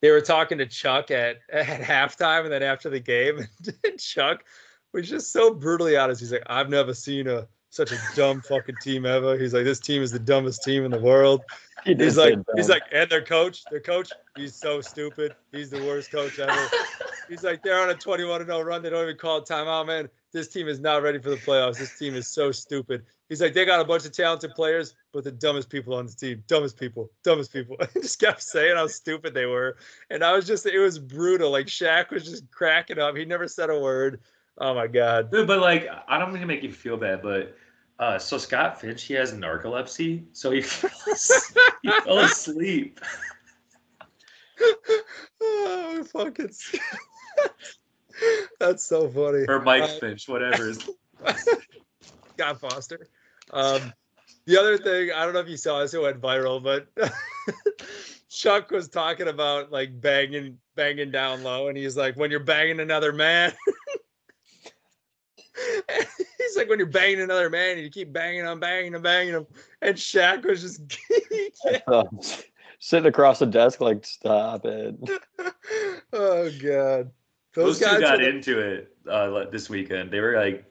Speaker 3: they were talking to Chuck at [LAUGHS] at halftime and then after the game, [LAUGHS] and Chuck was just so brutally honest. He's like, "I've never seen a such a dumb fucking team ever." He's like, "This team is the dumbest team in the world."
Speaker 4: He did
Speaker 3: He's
Speaker 4: say
Speaker 3: like, he's
Speaker 4: dumb.
Speaker 3: like, and their coach, their coach, he's so stupid. He's the worst coach ever. He's like, they're on a 21 0 run. They don't even call a timeout, man. This team is not ready for the playoffs. This team is so stupid. He's like, they got a bunch of talented players, but the dumbest people on the team, dumbest people, dumbest people. [LAUGHS] I just kept saying how stupid they were. And I was just, it was brutal. Like Shaq was just cracking up. He never said a word. Oh my God. [LAUGHS]
Speaker 2: Dude, but like, I don't mean to make you feel bad, but uh, so Scott Finch, he has narcolepsy, so he [LAUGHS] fell as- he fell asleep.
Speaker 3: oh, fucking. [LAUGHS] That's so funny.
Speaker 2: Or Mike
Speaker 4: Uh,
Speaker 2: Finch,
Speaker 4: [LAUGHS]
Speaker 2: whatever. his-
Speaker 3: Scott Foster. Um, the other thing, I don't know if you saw this, it went viral, but [LAUGHS] Chuck was talking about like banging, banging down low, and he's like, when you're banging another man. [LAUGHS] And He's like, when you're banging another man, you keep banging him, banging him, banging him. And Shaq was just, [LAUGHS]
Speaker 4: Um, [LAUGHS] sitting across the desk, like, stop it.
Speaker 3: oh god,
Speaker 2: Those, two
Speaker 3: are
Speaker 2: got
Speaker 3: the-
Speaker 2: into it uh, like, this weekend. They were like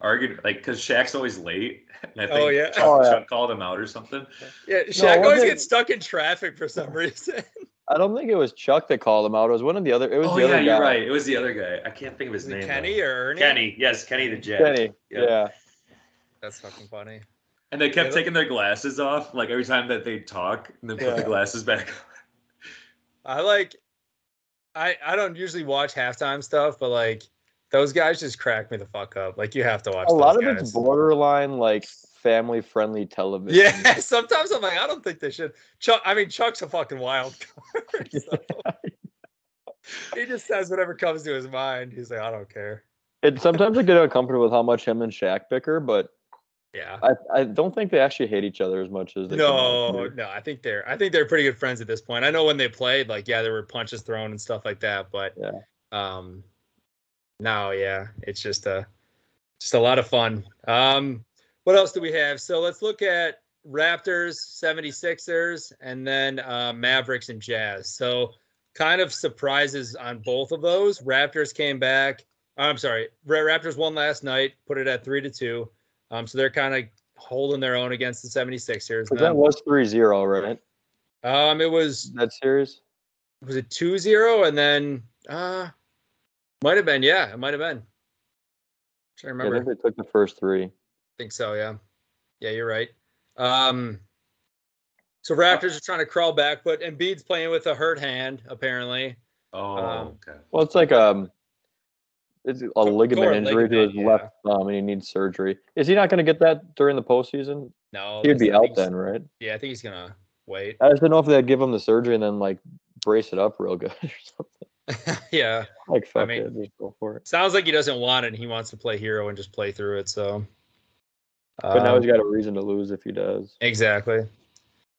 Speaker 2: arguing, like, because Shaq's always late. And I think
Speaker 3: Oh, yeah.
Speaker 2: Chuck,
Speaker 4: Oh, yeah.
Speaker 2: Chuck called him out or something.
Speaker 3: Yeah, Shaq always
Speaker 4: wasn't-
Speaker 3: gets stuck in traffic for some reason.
Speaker 4: I don't think it was Chuck that called him out. It was one of the other. It was
Speaker 2: Oh,
Speaker 4: the other
Speaker 2: yeah,
Speaker 4: guy.
Speaker 2: you're right. It was the other guy. I can't think of his
Speaker 3: Is it
Speaker 2: name.
Speaker 3: Kenny or
Speaker 2: though.
Speaker 3: Ernie?
Speaker 2: Kenny. Yes, Kenny the Jet.
Speaker 4: Kenny.
Speaker 2: Yeah.
Speaker 4: Yeah.
Speaker 3: That's fucking funny.
Speaker 2: And they kept
Speaker 3: Yeah.
Speaker 2: taking their glasses off, like every time that they'd talk, and then put the
Speaker 4: Yeah.
Speaker 2: glasses back on.
Speaker 3: I like I I don't usually watch halftime stuff, but like those guys just crack me the fuck up. Like you have to watch
Speaker 4: A lot of
Speaker 3: those
Speaker 4: it's
Speaker 3: guys.
Speaker 4: borderline like family friendly television.
Speaker 3: [LAUGHS] Yeah, sometimes I'm like, I don't think they should. Chuck, I mean, Chuck's a fucking wild [LAUGHS] card. so.
Speaker 4: [LAUGHS]
Speaker 3: he just says whatever comes to his mind. He's like, I don't care.
Speaker 4: It sometimes I get uncomfortable with how much him and Shaq bicker, but
Speaker 3: Yeah.
Speaker 4: I, I don't think they actually hate each other as much as they come out
Speaker 3: No,
Speaker 4: to do.
Speaker 3: no, I think they're I think they're pretty good friends at this point. I know when they played, like, yeah, there were punches thrown and stuff like that, but
Speaker 4: Yeah.
Speaker 3: um no, yeah, it's just a just a lot of fun. Um what else do we have? So let's look at Raptors, 76ers, and then uh, Mavericks and Jazz. So kind of surprises on both of those. Raptors came back. uh, I'm sorry, Ra- Raptors won last night, put it at three to two. Um, so they're kind of holding their own against the 76ers.
Speaker 4: 'Cause that was 3-0, right?
Speaker 3: Um, it was
Speaker 4: That series.
Speaker 3: was it 2-0 and then uh might have been, yeah, it might have been. Trying to
Speaker 4: Yeah,
Speaker 3: remember.
Speaker 4: I think they took the first three.
Speaker 3: think so. Yeah. Yeah, you're right. Um, so
Speaker 4: Oh.
Speaker 3: Raptors are trying to crawl back, but Embiid's playing with a hurt hand apparently.
Speaker 2: Oh,
Speaker 3: [LAUGHS] Um,
Speaker 2: okay.
Speaker 4: Well, it's like um, it's a ligament
Speaker 3: torn
Speaker 4: injury to his
Speaker 3: ligament, yeah.
Speaker 4: left thumb, and he needs surgery. Is he not going to get that during the postseason?
Speaker 3: No,
Speaker 4: He'd be
Speaker 3: I think
Speaker 4: out
Speaker 3: he's-
Speaker 4: then, right?
Speaker 3: Yeah, I think he's gonna wait. [LAUGHS]
Speaker 4: I just didn't know if they'd give him the surgery and then like brace it up real good [LAUGHS] or something.
Speaker 3: yeah,
Speaker 4: Like fuck
Speaker 3: mean-
Speaker 4: it, just go for it.
Speaker 3: sounds like he doesn't want it. and He wants to play hero and just play through it. So,
Speaker 4: But now
Speaker 3: um,
Speaker 4: he's got a reason to lose if he does.
Speaker 3: exactly.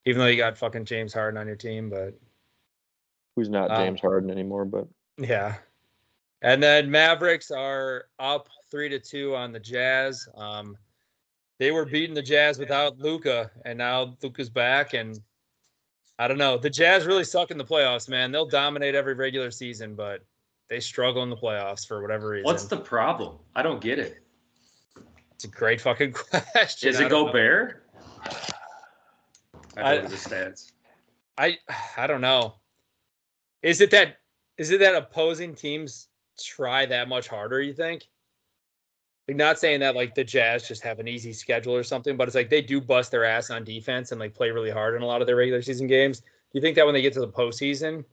Speaker 3: Even though you got fucking James Harden on your team, but
Speaker 4: Who's not
Speaker 3: Um,
Speaker 4: James Harden anymore? But
Speaker 3: Yeah. And then Mavericks are up three to two on the Jazz. Um, they were beating the Jazz without Luca, and now Luca's back. And I don't know. The Jazz really suck in the playoffs, man. They'll dominate every regular season, but they struggle in the playoffs for whatever reason.
Speaker 2: What's the problem? I don't get it.
Speaker 3: it's a great fucking [LAUGHS] question.
Speaker 2: Is
Speaker 3: I
Speaker 2: it
Speaker 3: don't
Speaker 2: Gobert?
Speaker 3: know.
Speaker 2: I
Speaker 3: I-
Speaker 2: thought it was the stats.
Speaker 3: I [SIGHS] I don't know. Is it that is it that opposing teams try that much harder, you think? Like not saying that like the Jazz just have an easy schedule or something, but it's like they do bust their ass on defense and like play really hard in a lot of their regular season games. Do you think that when they get to the postseason?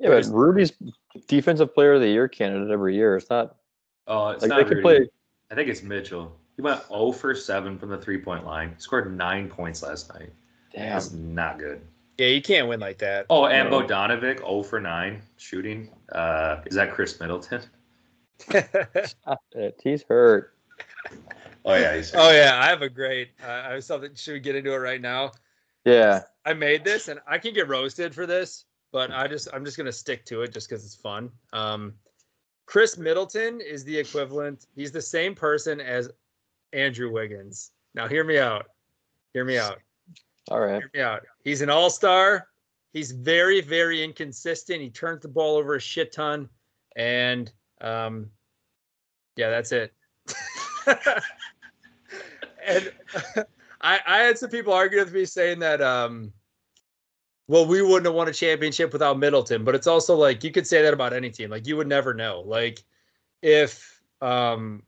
Speaker 4: yeah, but Rudy's defensive player of the year candidate every year. It's not
Speaker 2: Oh, it's
Speaker 4: like
Speaker 2: not
Speaker 4: they can
Speaker 2: Rudy.
Speaker 4: play.
Speaker 2: I think it's Mitchell. He went 0 for 7 from the three point line. Scored nine points last night.
Speaker 4: Damn,
Speaker 2: That's not good.
Speaker 3: Yeah, you can't win
Speaker 2: [LAUGHS]
Speaker 3: like that. [LAUGHS]
Speaker 2: Oh, and
Speaker 4: No.
Speaker 2: Bogdanovic 0 for 9 shooting. Uh, is that Chris Middleton? [LAUGHS]
Speaker 4: stop it. He's hurt.
Speaker 2: Oh, yeah. He's
Speaker 3: oh yeah, I have a great. Uh, I have something. Should we get into it right now?
Speaker 4: Yeah,
Speaker 3: I made this, and I can get roasted for this, but I just I'm just gonna stick to it just because it's fun. Um, Chris Middleton is the equivalent. He's the same person as Andrew Wiggins. Now, hear me out. Hear me out.
Speaker 4: all right.
Speaker 3: Hear me out. He's an all star. He's very very inconsistent. He turns the ball over a shit ton, and um, yeah, that's it. [LAUGHS] and [LAUGHS] I, I had some people argue with me saying that, um, well, we wouldn't have won a championship without Middleton, but it's also like you could say that about any team. Like you would never know. Like if um,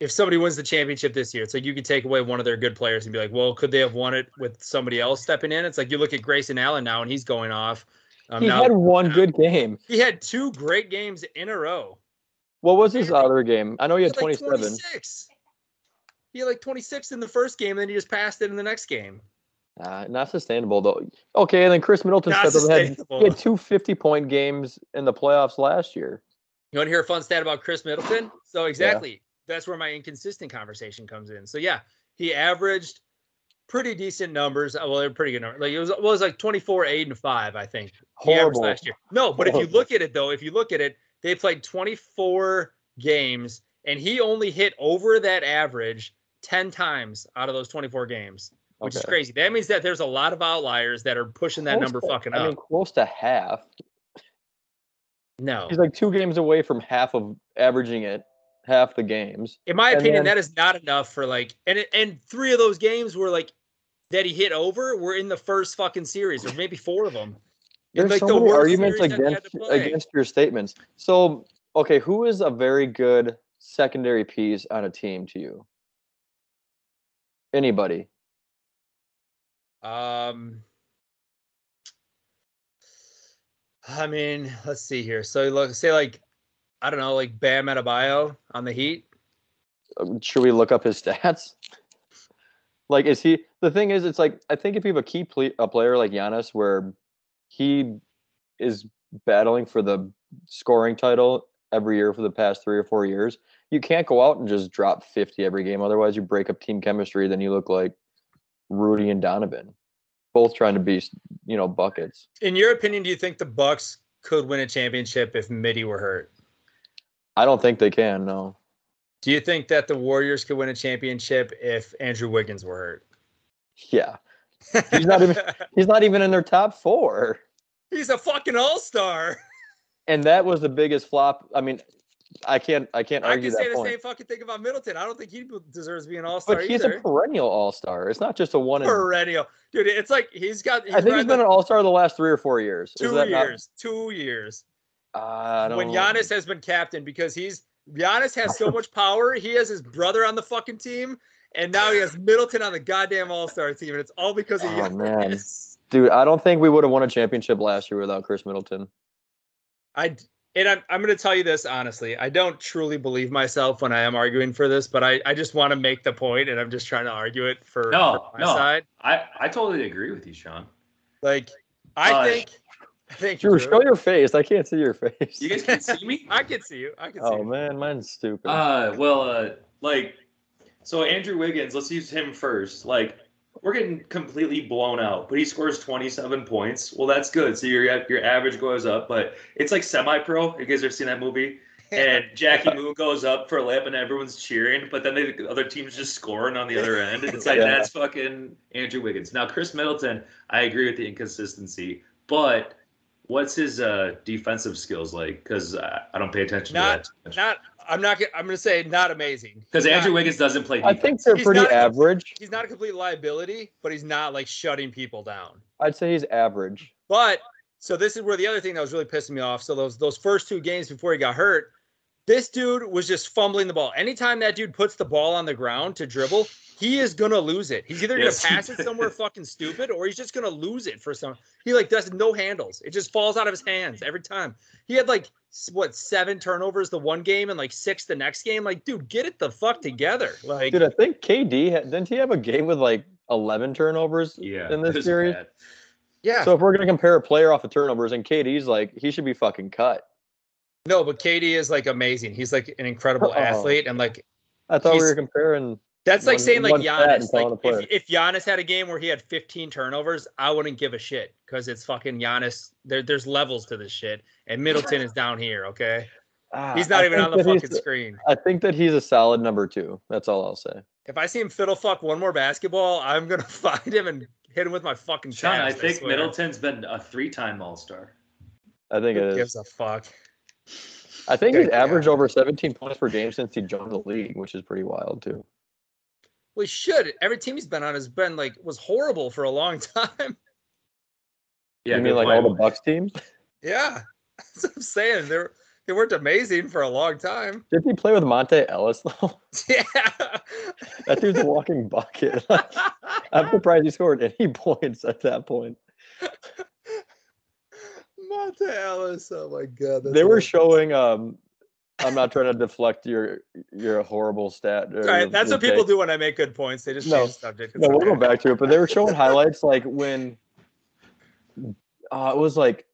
Speaker 3: if somebody wins the championship this year, it's like you could take away one of their good players and be like, well, could they have won it with somebody else stepping in? It's like you look at Grayson Allen now, and he's going off. Um,
Speaker 4: he
Speaker 3: now,
Speaker 4: had one good game.
Speaker 3: he had two great games in a row.
Speaker 4: What was his other game? I know he had
Speaker 3: had, like,
Speaker 4: 27.
Speaker 3: 26. He had like 26 in the first game, and then he just passed it in the next game.
Speaker 4: Uh, not sustainable though. Okay, and then Chris Middleton
Speaker 3: Not
Speaker 4: stepped up and had,
Speaker 3: sustainable.
Speaker 4: he had two 50 point games in the playoffs last year.
Speaker 3: You want to hear a fun stat about Chris Middleton? So exactly, that's where my inconsistent conversation comes in. So yeah, he averaged pretty decent numbers. Uh, Well, they're pretty good numbers. Like it was, well, it was like 24, 8, and 5, I think. He averaged
Speaker 4: Horrible.
Speaker 3: last year. No, but if you
Speaker 4: Horrible.
Speaker 3: look at it though, if you look at it, they played 24 games and he only hit over that average 10 times out of those 24 games, which is
Speaker 4: Okay.
Speaker 3: crazy. That means that there's a lot of outliers that are pushing that
Speaker 4: Close
Speaker 3: number
Speaker 4: to-
Speaker 3: fucking
Speaker 4: I
Speaker 3: up. Oh.
Speaker 4: mean, close to half.
Speaker 3: no.
Speaker 4: He's like two games away from half of averaging it, half the games.
Speaker 3: in my
Speaker 4: And
Speaker 3: opinion,
Speaker 4: then-
Speaker 3: that is not enough for like, and it- and three of those games were like that he hit over were in the first fucking series, or maybe four of them.
Speaker 4: There's
Speaker 3: like
Speaker 4: so
Speaker 3: the
Speaker 4: many
Speaker 3: worst
Speaker 4: arguments
Speaker 3: series that they had
Speaker 4: against
Speaker 3: to play.
Speaker 4: against your statements. So, okay, who is a very good secondary piece on a team to you? Anybody?
Speaker 3: Um, I mean, let's see here. So look, say like, I don't know, like Bam Adebayo on the Heat.
Speaker 4: Um, should we look up his [LAUGHS] stats? Like, is he the thing? Is it's like I think if you have a key ple- a player like Giannis, where he is battling for the scoring title every year for the past three or four years, you can't go out and just drop fifty every game. Otherwise, you break up team chemistry. Then you look like Rudy and Donovan, both trying to be you know buckets.
Speaker 3: In your opinion, do you think the Bucks could win a championship if Mitty were hurt?
Speaker 4: I don't think they can. No,
Speaker 3: Do you think that the Warriors could win a championship if Andrew Wiggins were hurt?
Speaker 4: Yeah, He's not even- he's not even in their top four.
Speaker 3: [LAUGHS] He's a fucking all star.
Speaker 4: And that was the biggest flop. I mean, I can't I can't
Speaker 3: I
Speaker 4: argue
Speaker 3: can say
Speaker 4: that
Speaker 3: the
Speaker 4: point.
Speaker 3: same fucking thing about Middleton. I don't think he deserves to be an all star
Speaker 4: But he's
Speaker 3: either.
Speaker 4: a perennial All Star. It's not just a one. And,
Speaker 3: perennial, dude. It's like he's got. He's
Speaker 4: I think he's
Speaker 3: riding
Speaker 4: been
Speaker 3: the
Speaker 4: an All Star the last three or four years. Is
Speaker 3: two
Speaker 4: that not-
Speaker 3: years. two years.
Speaker 4: I don't
Speaker 3: When Giannis has been captain because he's Giannis has so much power. He has his brother on the fucking team, and now he has Middleton on the goddamn All Star team, and it's all because of
Speaker 4: Oh, man.
Speaker 3: Giannis.
Speaker 4: dude, I don't think we would have won a championship last year without Chris Middleton.
Speaker 3: I d- and I'm I'm going to tell you this honestly. I don't truly believe myself when I am arguing for this, but I I just want to make the point, and I'm just trying to argue it for,
Speaker 2: No,
Speaker 3: for my
Speaker 2: no.
Speaker 3: side.
Speaker 2: I, I totally agree with you, Sean.
Speaker 3: Like I
Speaker 2: Uh,
Speaker 3: think I think
Speaker 4: Drew,
Speaker 3: Drew-
Speaker 4: show your face. I can't see your face.
Speaker 2: You guys can't see me?
Speaker 3: [LAUGHS] I can see you. I can see
Speaker 4: oh
Speaker 3: you.
Speaker 4: man, mine's stupid.
Speaker 2: Uh, well, uh, like, so Andrew Wiggins, let's use him first. Like, we're getting completely blown out, but he scores 27 points. Well, that's good. So your your average goes up, but it's like semi-pro. You guys ever seen that movie?
Speaker 4: [LAUGHS]
Speaker 2: And Jackie Moon goes up for a lap, and everyone's cheering, but then they, the other team's just scoring on the other end. It's like
Speaker 4: Yeah.
Speaker 2: that's fucking Andrew Wiggins. Now, Chris Middleton, I agree with the inconsistency, but what's his uh, defensive skills like? Because I, I don't pay attention
Speaker 3: Not-
Speaker 2: to that.
Speaker 3: [LAUGHS] Not I'm not gonna- I'm going to say not amazing.
Speaker 2: Because
Speaker 3: Not-
Speaker 2: Andrew Wiggins doesn't play
Speaker 4: I
Speaker 2: defense.
Speaker 4: think they're
Speaker 3: he's
Speaker 4: pretty
Speaker 3: not-
Speaker 4: average.
Speaker 3: he's not a complete liability, but he's not like shutting people down.
Speaker 4: I'd say he's average.
Speaker 3: But so this is where the other thing that was really pissing me off. So those those first two games before he got hurt, this dude was just fumbling the ball. Anytime that dude puts the ball on the ground to dribble, he is gonna lose it. He's either gonna
Speaker 2: Yes, he
Speaker 3: pass it somewhere fucking stupid, or he's just gonna lose it for some. He like does no handles. It just falls out of his hands every time. He had like s- what seven turnovers the one game and like six the next game. Like, dude, get it the fuck together. Like,
Speaker 4: Dude, I think KD had, didn't he have a game with like eleven turnovers
Speaker 2: Yeah,
Speaker 4: in
Speaker 2: it
Speaker 4: this
Speaker 2: was
Speaker 4: series?
Speaker 2: bad.
Speaker 3: yeah.
Speaker 4: So if we're gonna compare a player off of turnovers, and KD's like he should be fucking cut.
Speaker 3: No, but KD is like amazing. He's like an incredible
Speaker 4: Oh.
Speaker 3: athlete, and like
Speaker 4: I thought we
Speaker 3: He's-
Speaker 4: were comparing.
Speaker 3: that's like
Speaker 4: One-
Speaker 3: saying like
Speaker 4: one stat and
Speaker 3: Giannis.
Speaker 4: calling
Speaker 3: Like
Speaker 4: a player.
Speaker 3: if, if Giannis had a game where he had 15 turnovers, I wouldn't give a shit because it's fucking Giannis. There, there's levels to this shit, and Middleton is down here. Okay,
Speaker 4: Ah,
Speaker 3: he's not
Speaker 4: I
Speaker 3: even
Speaker 4: think
Speaker 3: on the
Speaker 4: that he's-
Speaker 3: fucking screen.
Speaker 4: I think that he's a solid number two. That's all I'll say.
Speaker 3: If I see him fiddle fuck one more basketball, I'm gonna [LAUGHS] find him and hit him with my fucking.
Speaker 2: Sean, I
Speaker 3: chest,
Speaker 2: think
Speaker 3: swear.
Speaker 2: Middleton's been a three-time All-Star.
Speaker 4: I think
Speaker 3: Who
Speaker 4: it is.
Speaker 3: gives a fuck.
Speaker 4: I think he's
Speaker 3: Good
Speaker 4: averaged
Speaker 3: God.
Speaker 4: over 17 points per game since he joined the league, which is pretty wild too.
Speaker 3: We should. Every team he's been on has been like was horrible for a long [LAUGHS] time.
Speaker 2: Yeah,
Speaker 4: you mean
Speaker 2: good
Speaker 4: like
Speaker 2: point.
Speaker 4: all the Bucks teams?
Speaker 3: Yeah, [LAUGHS] that's what I'm saying. They're they weren't amazing for a long time. [LAUGHS]
Speaker 4: Did he play with Monte Ellis [LAUGHS] though?
Speaker 3: Yeah.
Speaker 4: that dude's a walking bucket. [LAUGHS] Like, I'm surprised he scored any [LAUGHS] points at that point.
Speaker 3: Monte Ellis. Oh my god. that's
Speaker 4: they were
Speaker 3: amazing.
Speaker 4: showing. um I'm not trying to deflect your your horrible stat. or
Speaker 3: All right,
Speaker 4: your-
Speaker 3: that's
Speaker 4: your
Speaker 3: what people
Speaker 4: take.
Speaker 3: do when I make good points. They just
Speaker 4: No.
Speaker 3: change the subject. It's
Speaker 4: No, we'll
Speaker 3: okay.
Speaker 4: go back to it. But they were showing highlights like when uh, it was like,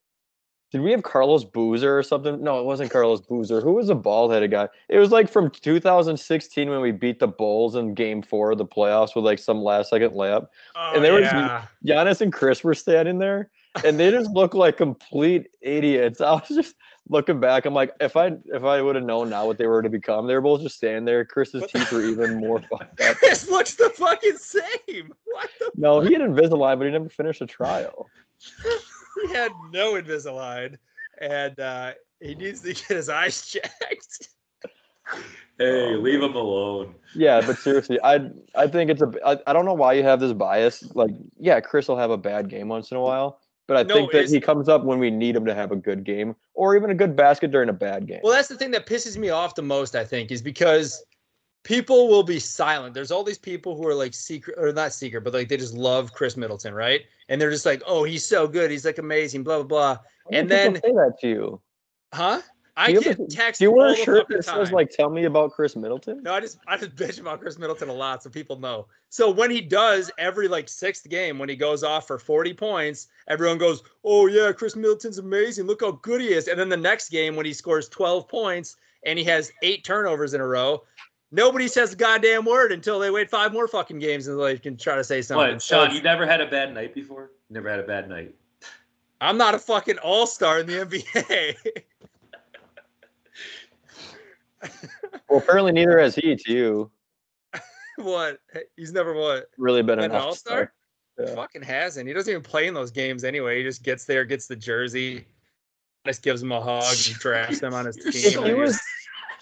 Speaker 4: did we have Carlos Boozer or something? No, it wasn't Carlos Boozer. Who was a bald headed guy? It was like from 2016 when we beat the Bulls in game four of the playoffs with like some last second layup.
Speaker 3: Oh,
Speaker 4: and they were-
Speaker 3: yeah.
Speaker 4: Giannis and Chris were standing there and they just looked like complete idiots. [LAUGHS] I was just looking back. I'm like, if I if I would have known now what they were to become, they were both just standing there. Chris's teeth were even more [LAUGHS]
Speaker 3: [LAUGHS]
Speaker 4: fucked up.
Speaker 3: Chris looks the fucking same. What the? [LAUGHS]
Speaker 4: No, he had Invisalign, but he never finished a trial.
Speaker 3: He had no Invisalign, and uh, he needs to get his eyes [LAUGHS] checked.
Speaker 2: Hey, leave him alone.
Speaker 4: Yeah, but seriously, I I think it's a I, I don't know why you have this bias. Like, yeah, Chris will have a bad game once in a while, but I
Speaker 3: No,
Speaker 4: think that
Speaker 3: it's-
Speaker 4: he comes up when we need him to have a good game or even a good basket during a bad game.
Speaker 3: Well, that's the thing that pisses me off the most, I think, is because people will be silent. There's all these people who are like secret or not secret, but like they just love Chris Middleton, right? And they're just like, oh, he's so good. He's like amazing, blah, blah, blah.
Speaker 4: Why
Speaker 3: and
Speaker 4: do people
Speaker 3: then-
Speaker 4: say that to you.
Speaker 3: Huh? I
Speaker 4: Do you
Speaker 3: get
Speaker 4: ever-
Speaker 3: text.
Speaker 4: Do you
Speaker 3: all
Speaker 4: wear a
Speaker 3: the
Speaker 4: shirt
Speaker 3: fucking
Speaker 4: that says
Speaker 3: time.
Speaker 4: like "Tell me about Chris Middleton"?
Speaker 3: No, I just I just bitch about Chris Middleton a lot, so people know. So when he does every like sixth game, when he goes off for 40 points, everyone goes, Oh yeah, Chris Middleton's amazing. Look how good he is. And then the next game when he scores 12 points and he has eight turnovers in a row, nobody says a goddamn word until they wait five more fucking games and they can try to say something.
Speaker 2: What,
Speaker 3: So
Speaker 2: Sean?
Speaker 3: it's-
Speaker 2: You never had a bad night before? Never had a bad night.
Speaker 3: I'm not a fucking all-star in the NBA.
Speaker 4: Well, apparently neither has he. To you,
Speaker 3: [LAUGHS] what? He's never what?
Speaker 4: really been
Speaker 3: Been
Speaker 4: an
Speaker 3: an all-star?
Speaker 4: all-star. Yeah.
Speaker 3: Fucking hasn't. He doesn't even play in those games anyway. He just gets there, gets the jersey, just gives him a hug, and drafts him
Speaker 4: [LAUGHS]
Speaker 3: on his
Speaker 2: You're
Speaker 3: team.
Speaker 2: so-
Speaker 3: Like,
Speaker 4: He was-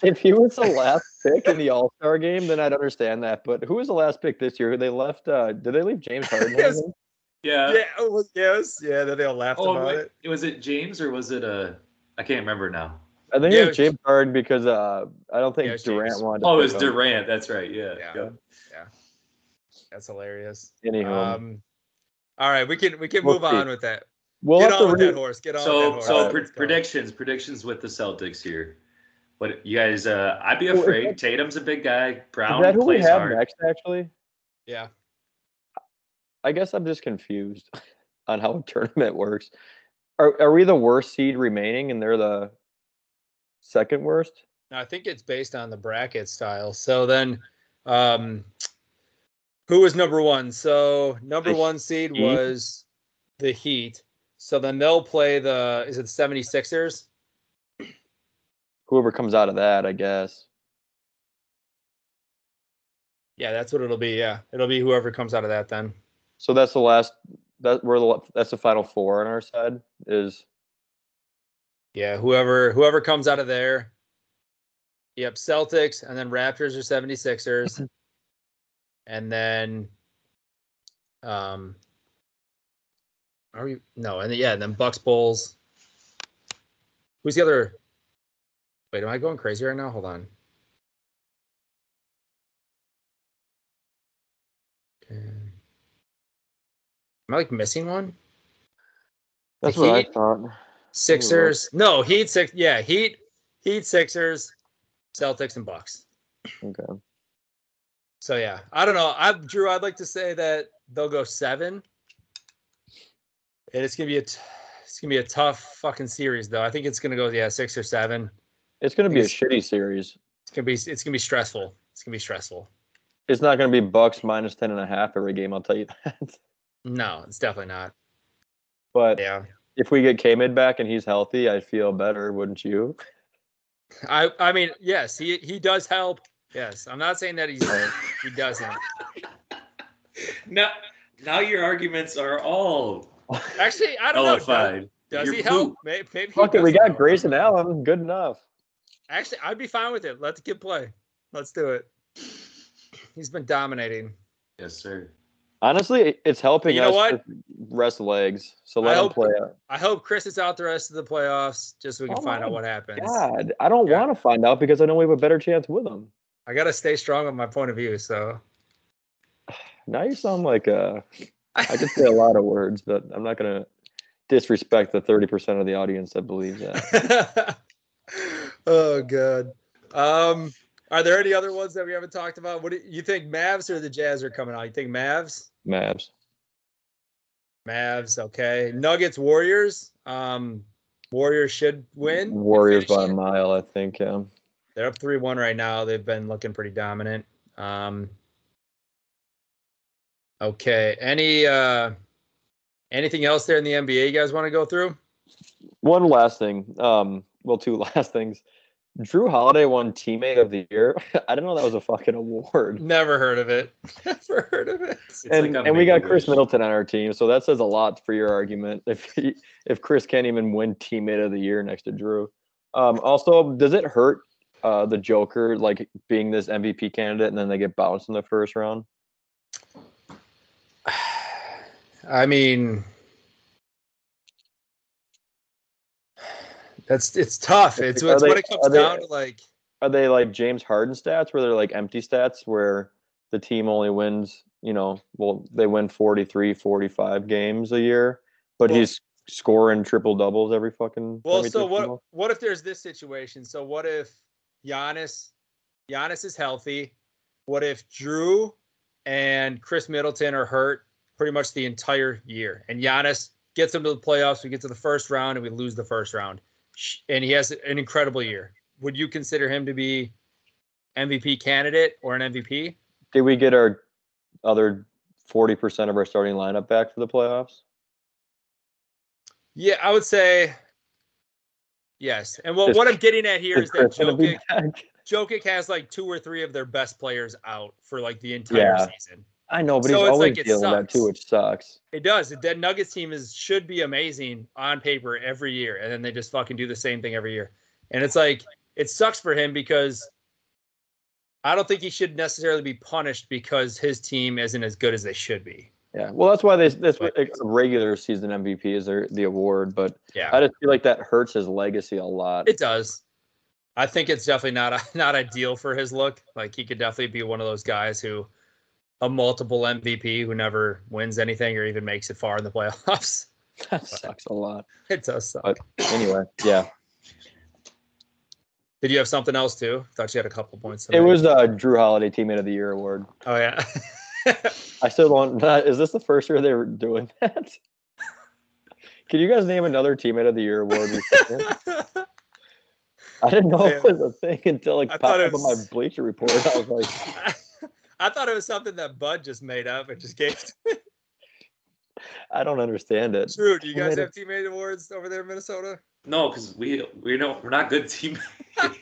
Speaker 4: If he was the last pick in the All Star game, then I'd understand that. But who was the last pick this year? They left. Uh, did they leave James Harden?
Speaker 3: [LAUGHS] Yes.
Speaker 4: hanging?
Speaker 2: Yeah.
Speaker 3: yeah, it was, yes, yeah. Then they all laughed
Speaker 2: Oh,
Speaker 3: about
Speaker 2: wait,
Speaker 3: it.
Speaker 2: was it James or was it uh I can't remember now.
Speaker 4: I think
Speaker 3: Yeah, it
Speaker 4: it was
Speaker 3: was-
Speaker 4: James Harden because uh, I don't think
Speaker 3: Yeah, it was
Speaker 4: Durant
Speaker 3: James.
Speaker 4: wanted. To
Speaker 2: Oh, it was
Speaker 4: pick him.
Speaker 2: Durant. That's right. Yeah.
Speaker 3: Yeah.
Speaker 2: Yep.
Speaker 3: That's hilarious.
Speaker 4: Anywho,
Speaker 2: Uh,
Speaker 3: Um, all right, we can we can
Speaker 4: We'll
Speaker 3: move
Speaker 4: see.
Speaker 3: on with that.
Speaker 4: we'll
Speaker 3: Get
Speaker 4: have to
Speaker 3: on with
Speaker 4: re-
Speaker 3: that horse. Get on
Speaker 2: So
Speaker 3: with that horse.
Speaker 2: so
Speaker 4: Uh,
Speaker 2: pre-
Speaker 3: Let's go.
Speaker 2: predictions predictions with the Celtics here. But you guys, uh, I'd be
Speaker 4: Well, is
Speaker 2: afraid.
Speaker 4: that-
Speaker 2: Tatum's a big guy.
Speaker 4: Is
Speaker 2: Brown
Speaker 4: that who we
Speaker 2: plays
Speaker 4: have
Speaker 2: hard.
Speaker 4: next? Actually,
Speaker 3: Yeah.
Speaker 4: I guess I'm just confused [LAUGHS] on how a tournament works. Are are we the worst seed remaining, and they're the second worst?
Speaker 3: No, I think it's based on the bracket style. So then, um, who was number one? So number
Speaker 4: The
Speaker 3: one seed
Speaker 4: Heat?
Speaker 3: was the Heat. So then they'll play the is it the 76ers?
Speaker 4: Whoever comes out of that, I guess.
Speaker 3: Yeah, that's what it'll be. Yeah, it'll be whoever comes out of that then.
Speaker 4: So that's the last. That we're the that's the final four on our side is
Speaker 3: Yeah, whoever whoever comes out of there. Yep, Celtics and then Raptors or 76ers. and then um are we no, and then, yeah, and then Bucks Bulls. Who's the other Wait, am I going crazy right now? Hold on. Okay. Am I like missing one?
Speaker 4: that's what I
Speaker 3: Heat?
Speaker 4: thought.
Speaker 3: Sixers. No, Heat six. Yeah, Heat, Heat, Sixers, Celtics, and Bucks.
Speaker 4: Okay.
Speaker 3: So yeah, I don't know. I Drew. I'd like to say that they'll go seven, and it's gonna be a t- it's gonna be a tough fucking series though. I think it's gonna go yeah six or seven.
Speaker 4: It's gonna be a
Speaker 3: Yes.
Speaker 4: shitty series.
Speaker 3: It's gonna be it's gonna be stressful. It's gonna be stressful.
Speaker 4: It's not gonna be Bucks minus ten and a half every game. I'll tell you [LAUGHS] that.
Speaker 3: No, it's definitely not.
Speaker 4: But
Speaker 3: Yeah,
Speaker 4: if we get K-Mid back and he's healthy, I feel better, wouldn't you?
Speaker 3: I I mean yes, he he does help. Yes, I'm not saying that he's he doesn't.
Speaker 2: Now, now your arguments are all
Speaker 3: Actually, I don't know. Does,
Speaker 2: nullified.
Speaker 3: does
Speaker 2: You're
Speaker 3: he help?
Speaker 2: poop.
Speaker 3: Maybe, maybe he
Speaker 4: Fuck it, we
Speaker 3: doesn't
Speaker 4: got
Speaker 3: help.
Speaker 4: Grayson Allen. Good enough.
Speaker 3: Actually, I'd be fine with it. Let the kid play. Let's do it. He's been dominating.
Speaker 2: Yes, sir.
Speaker 4: Honestly, it's helping
Speaker 3: You know
Speaker 4: us
Speaker 3: what?
Speaker 4: just rest legs. So
Speaker 3: I
Speaker 4: let him
Speaker 3: hope-
Speaker 4: play out.
Speaker 3: I hope Chris is out the rest of the playoffs just so we can
Speaker 4: Oh
Speaker 3: find
Speaker 4: my
Speaker 3: out what happens.
Speaker 4: God, I don't
Speaker 3: Yeah.
Speaker 4: want to find out because I know we have a better chance with him.
Speaker 3: I gotta stay strong with my point of view. So
Speaker 4: Now you sound like uh, I could say a lot of words, but I'm not gonna disrespect the 30% of the audience that
Speaker 3: [LAUGHS]
Speaker 4: believes that.
Speaker 3: oh god. Um, are there any other ones that we haven't talked about? What do you think Mavs or the Jazz are coming out? You think Mavs?
Speaker 4: Mavs.
Speaker 3: Mavs, okay. Nuggets, Warriors. Um, Warriors should win. and
Speaker 4: Warriors
Speaker 3: finish
Speaker 4: by a
Speaker 3: it.
Speaker 4: mile, I think. Yeah.
Speaker 3: They're up three one right now. They've been looking pretty dominant. Um, okay. Any uh, anything else there in the NBA you guys want to go through?
Speaker 4: One last thing. Um, well, two [LAUGHS] last things. Drew Holiday won Teammate of the Year. [LAUGHS] I didn't know that was a fucking award.
Speaker 3: Never heard of it. [LAUGHS] Never heard of it. [SIGHS]
Speaker 2: It's
Speaker 4: and,
Speaker 2: like a
Speaker 4: and we got
Speaker 2: Make-A-Wish.
Speaker 4: Chris Middleton on our team, so that says a lot for your argument. If he, if Chris can't even win teammate of the year next to Drew, um, also does it hurt uh, the Joker like being this MVP candidate and then they get bounced in the first round?
Speaker 3: I mean, [SIGHS] that's it's tough. It's,
Speaker 4: Are
Speaker 3: it's
Speaker 4: they-
Speaker 3: what it
Speaker 4: are
Speaker 3: comes
Speaker 4: they-
Speaker 3: down to. Like,
Speaker 4: Are they like James Harden stats where they're like empty stats where the team only wins, you know, well they win 43, 45 games a year, but
Speaker 3: Well-
Speaker 4: he's scoring triple doubles every fucking
Speaker 3: Well,
Speaker 4: time he
Speaker 3: so
Speaker 4: touches the
Speaker 3: what?
Speaker 4: ball?
Speaker 3: What if there's this situation? So what if Giannis, Giannis is healthy? What if Drew and Chris Middleton are hurt pretty much the entire year, and Giannis gets them to the playoffs? We get to the first round and we lose the first round, Sh- and he has an incredible year. Would you consider him to be MVP candidate or an MVP?
Speaker 4: Did we get our other 40% of our starting lineup back for the playoffs?
Speaker 3: Yeah, I would say yes. And well,
Speaker 4: Is-
Speaker 3: what I'm getting at here
Speaker 4: Is
Speaker 3: is that
Speaker 4: Chris gonna be
Speaker 3: Jokic
Speaker 4: back?
Speaker 3: Jokic has like two or three of their best players out for like the entire
Speaker 4: Yeah.
Speaker 3: season.
Speaker 4: I know, but
Speaker 3: So
Speaker 4: he's
Speaker 3: it's
Speaker 4: always
Speaker 3: like it
Speaker 4: dealing with that
Speaker 3: sucks.
Speaker 4: too, which sucks.
Speaker 3: It does. The Dead Nuggets team is should be amazing on paper every year, and then they just fucking do the same thing every year. And it's like it sucks for him because I don't think he should necessarily be punished because his team isn't as good as they should be.
Speaker 4: Yeah. Well, that's why they that's what a regular season MVP is their the award, but
Speaker 3: Yeah,
Speaker 4: I just feel like that hurts his legacy a lot.
Speaker 3: it does. I think it's definitely not [LAUGHS] not ideal for his look. Like he could definitely be one of those guys who a multiple MVP who never wins anything or even makes it far in the [LAUGHS] playoffs.
Speaker 4: that sucks a lot.
Speaker 3: it does suck.
Speaker 4: But- Anyway, yeah.
Speaker 3: Did you have something else too? Thought you had a couple points. to
Speaker 4: It
Speaker 3: make.
Speaker 4: was uh, Drew Holiday Teammate of the Year award.
Speaker 3: Oh yeah. [LAUGHS]
Speaker 4: I still don't. Is this the first year they were doing [LAUGHS] that? Can you guys name another Teammate of the Year award? recipient? I didn't know it was a thing until it
Speaker 3: I
Speaker 4: popped
Speaker 3: thought it
Speaker 4: up on my
Speaker 3: was-
Speaker 4: Bleacher Report. I was like,
Speaker 3: [LAUGHS] I thought it was something that Bud just made up and just gave.
Speaker 4: I don't understand it.
Speaker 3: True. Do you guys
Speaker 4: Made
Speaker 3: have teammate awards over there in Minnesota?
Speaker 2: No, because we we don't we're not good [LAUGHS] team.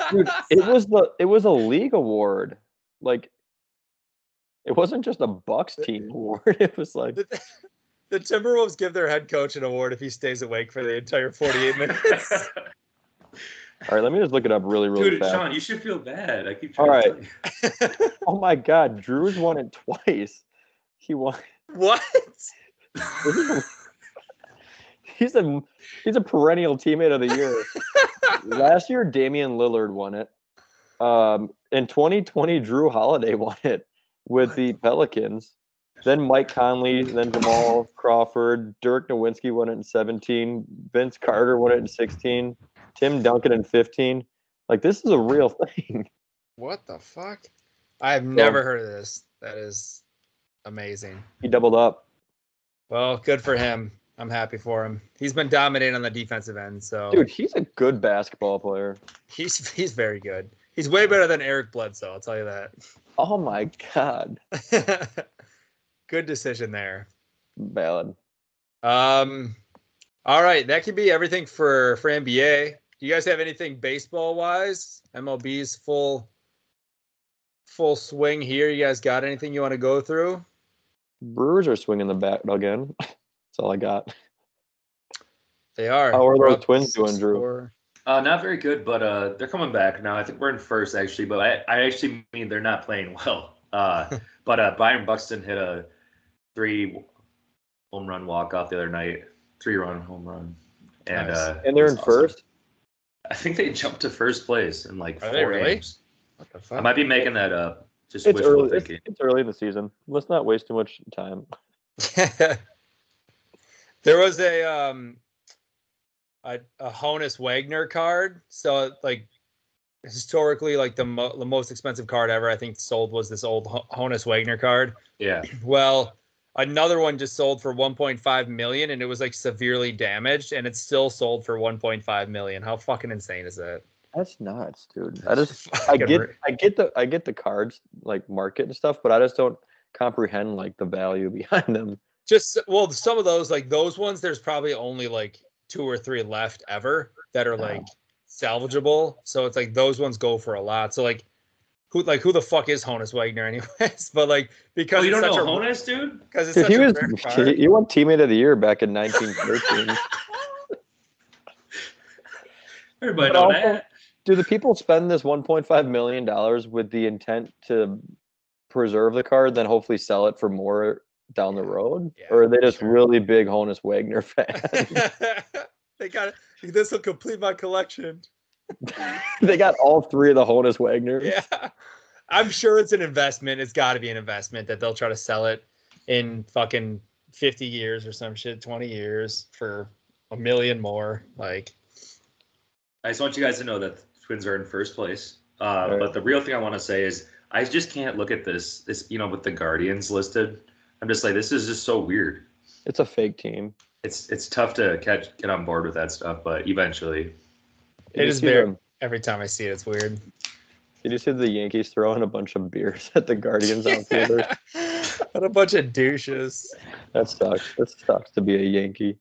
Speaker 4: Dude, it was the it was a league award. Like, it wasn't just a Bucks team [LAUGHS] award. It was like
Speaker 3: [LAUGHS] the, the Timberwolves give their head coach an award if he stays awake for the entire 48
Speaker 4: [LAUGHS]
Speaker 3: minutes. [LAUGHS]
Speaker 4: All right, let me just look it up really, really
Speaker 2: Dude,
Speaker 4: fast.
Speaker 2: Sean, you should feel bad. I keep
Speaker 4: All
Speaker 2: trying. to
Speaker 4: right.
Speaker 2: tell you.
Speaker 4: Oh my God, Drew's won it twice. He won.
Speaker 3: what?
Speaker 4: He's a he's a perennial teammate of the year. Last year, Damian Lillard won it. Um, in 2020, Drew Holiday [LAUGHS] won it with the Pelicans. Then Mike Conley, then Jamal Crawford, Dirk Nowitzki won it in 17. Vince Carter won it in 16. Tim Duncan in 15. Like this is a real thing. [LAUGHS]
Speaker 3: What the fuck? I have never heard of this. That is amazing.
Speaker 4: He doubled up.
Speaker 3: Well, good for him. I'm happy for him. He's been dominating on the defensive end, so
Speaker 4: Dude, he's a good basketball player.
Speaker 3: he's [LAUGHS] he's very good. He's way better than Eric Bledsoe. I'll tell you that.
Speaker 4: Oh my God.
Speaker 3: [LAUGHS] Good decision there.
Speaker 4: Ballad.
Speaker 3: Um, all right, that could be everything for for NBA. Do you guys have anything baseball wise? MLB's full full swing here. You guys got anything you want to go through?
Speaker 4: Brewers are swinging the bat again. [LAUGHS] That's all I got.
Speaker 3: They are.
Speaker 4: How are
Speaker 3: We're
Speaker 4: those
Speaker 3: up
Speaker 4: Twins doing,
Speaker 3: six,
Speaker 4: Drew?
Speaker 3: four.
Speaker 2: Uh, not very good, but uh, they're coming back now. I think we're in first actually, but I, I actually mean they're not playing [LAUGHS] well. Uh, but uh, Byron Buxton hit a three home run walk off the other night, three run home run, and
Speaker 3: Nice.
Speaker 2: uh,
Speaker 4: And they're
Speaker 2: it
Speaker 4: in
Speaker 2: was awesome.
Speaker 4: first.
Speaker 2: I think they jumped to first place in like
Speaker 3: Are
Speaker 2: four
Speaker 3: they really?
Speaker 2: games.
Speaker 3: What the
Speaker 2: I
Speaker 3: fuck?
Speaker 2: might be making that up. Just
Speaker 4: It's
Speaker 2: wishful
Speaker 4: early. It's,
Speaker 2: thinking.
Speaker 4: it's early in the season. Let's not waste too much time.
Speaker 3: [LAUGHS] there was a um a, a Honus Wagner card. So like historically, like the, mo- the most expensive card ever I think sold was this old Ho- Honus Wagner card. [CLEARS THROAT]
Speaker 2: Yeah.
Speaker 3: Well, another one just sold for 1.5 million and it was like severely damaged and it's still sold for 1.5 million. How fucking insane is that?
Speaker 4: That's nuts,
Speaker 3: [LAUGHS]
Speaker 4: dude. I just I get I get the I get the cards like market and stuff, but I just don't comprehend like the value [LAUGHS] behind them.
Speaker 3: just well some of those like those ones there's probably only like two or three left ever that are like salvageable. So it's like those ones go for a lot. So like who like who the fuck is Honus Wagner [LAUGHS] anyways? but like
Speaker 2: Oh,
Speaker 3: because
Speaker 2: you
Speaker 3: it's
Speaker 2: don't know
Speaker 3: such a
Speaker 2: Honus, dude?
Speaker 3: because it's
Speaker 4: Dude,
Speaker 3: such
Speaker 4: he
Speaker 3: a
Speaker 4: was
Speaker 3: rare card.
Speaker 4: he won teammate of the year back in [LAUGHS] 1913.
Speaker 2: Everybody
Speaker 4: But
Speaker 2: know
Speaker 4: also-
Speaker 2: that.
Speaker 4: Do the people spend this 1.5 million dollars with the intent to preserve the card, then hopefully sell it for more down the road,
Speaker 3: Yeah,
Speaker 4: or are they just
Speaker 3: sure.
Speaker 4: really big Honus
Speaker 3: [LAUGHS]
Speaker 4: Wagner [LAUGHS] fans?
Speaker 3: they got this will complete my collection.
Speaker 4: they got all three of the Honus Wagner.
Speaker 3: Yeah. I'm sure it's an investment. It's got to be an investment that they'll try to sell it in fucking 50 years or some shit, 20 years for a million more. Like,
Speaker 2: I just want you guys to know that the Twins are in first place. Uh,
Speaker 4: Right.
Speaker 2: But the real thing I want to say is I just can't look at this. This you know with the Guardians listed, I'm just like this is just so weird.
Speaker 4: It's a fake team.
Speaker 2: It's it's tough to catch get on board with that stuff, but eventually,
Speaker 4: Did
Speaker 3: It
Speaker 4: you
Speaker 3: is
Speaker 4: see
Speaker 3: very-
Speaker 4: them-
Speaker 3: every time I see it, it's weird.
Speaker 4: Did you see the Yankees throwing a bunch of beers [LAUGHS] at the Guardians
Speaker 3: [LAUGHS]
Speaker 4: outfielder?
Speaker 3: what a bunch of douches.
Speaker 4: That sucks. That sucks to be a Yankee.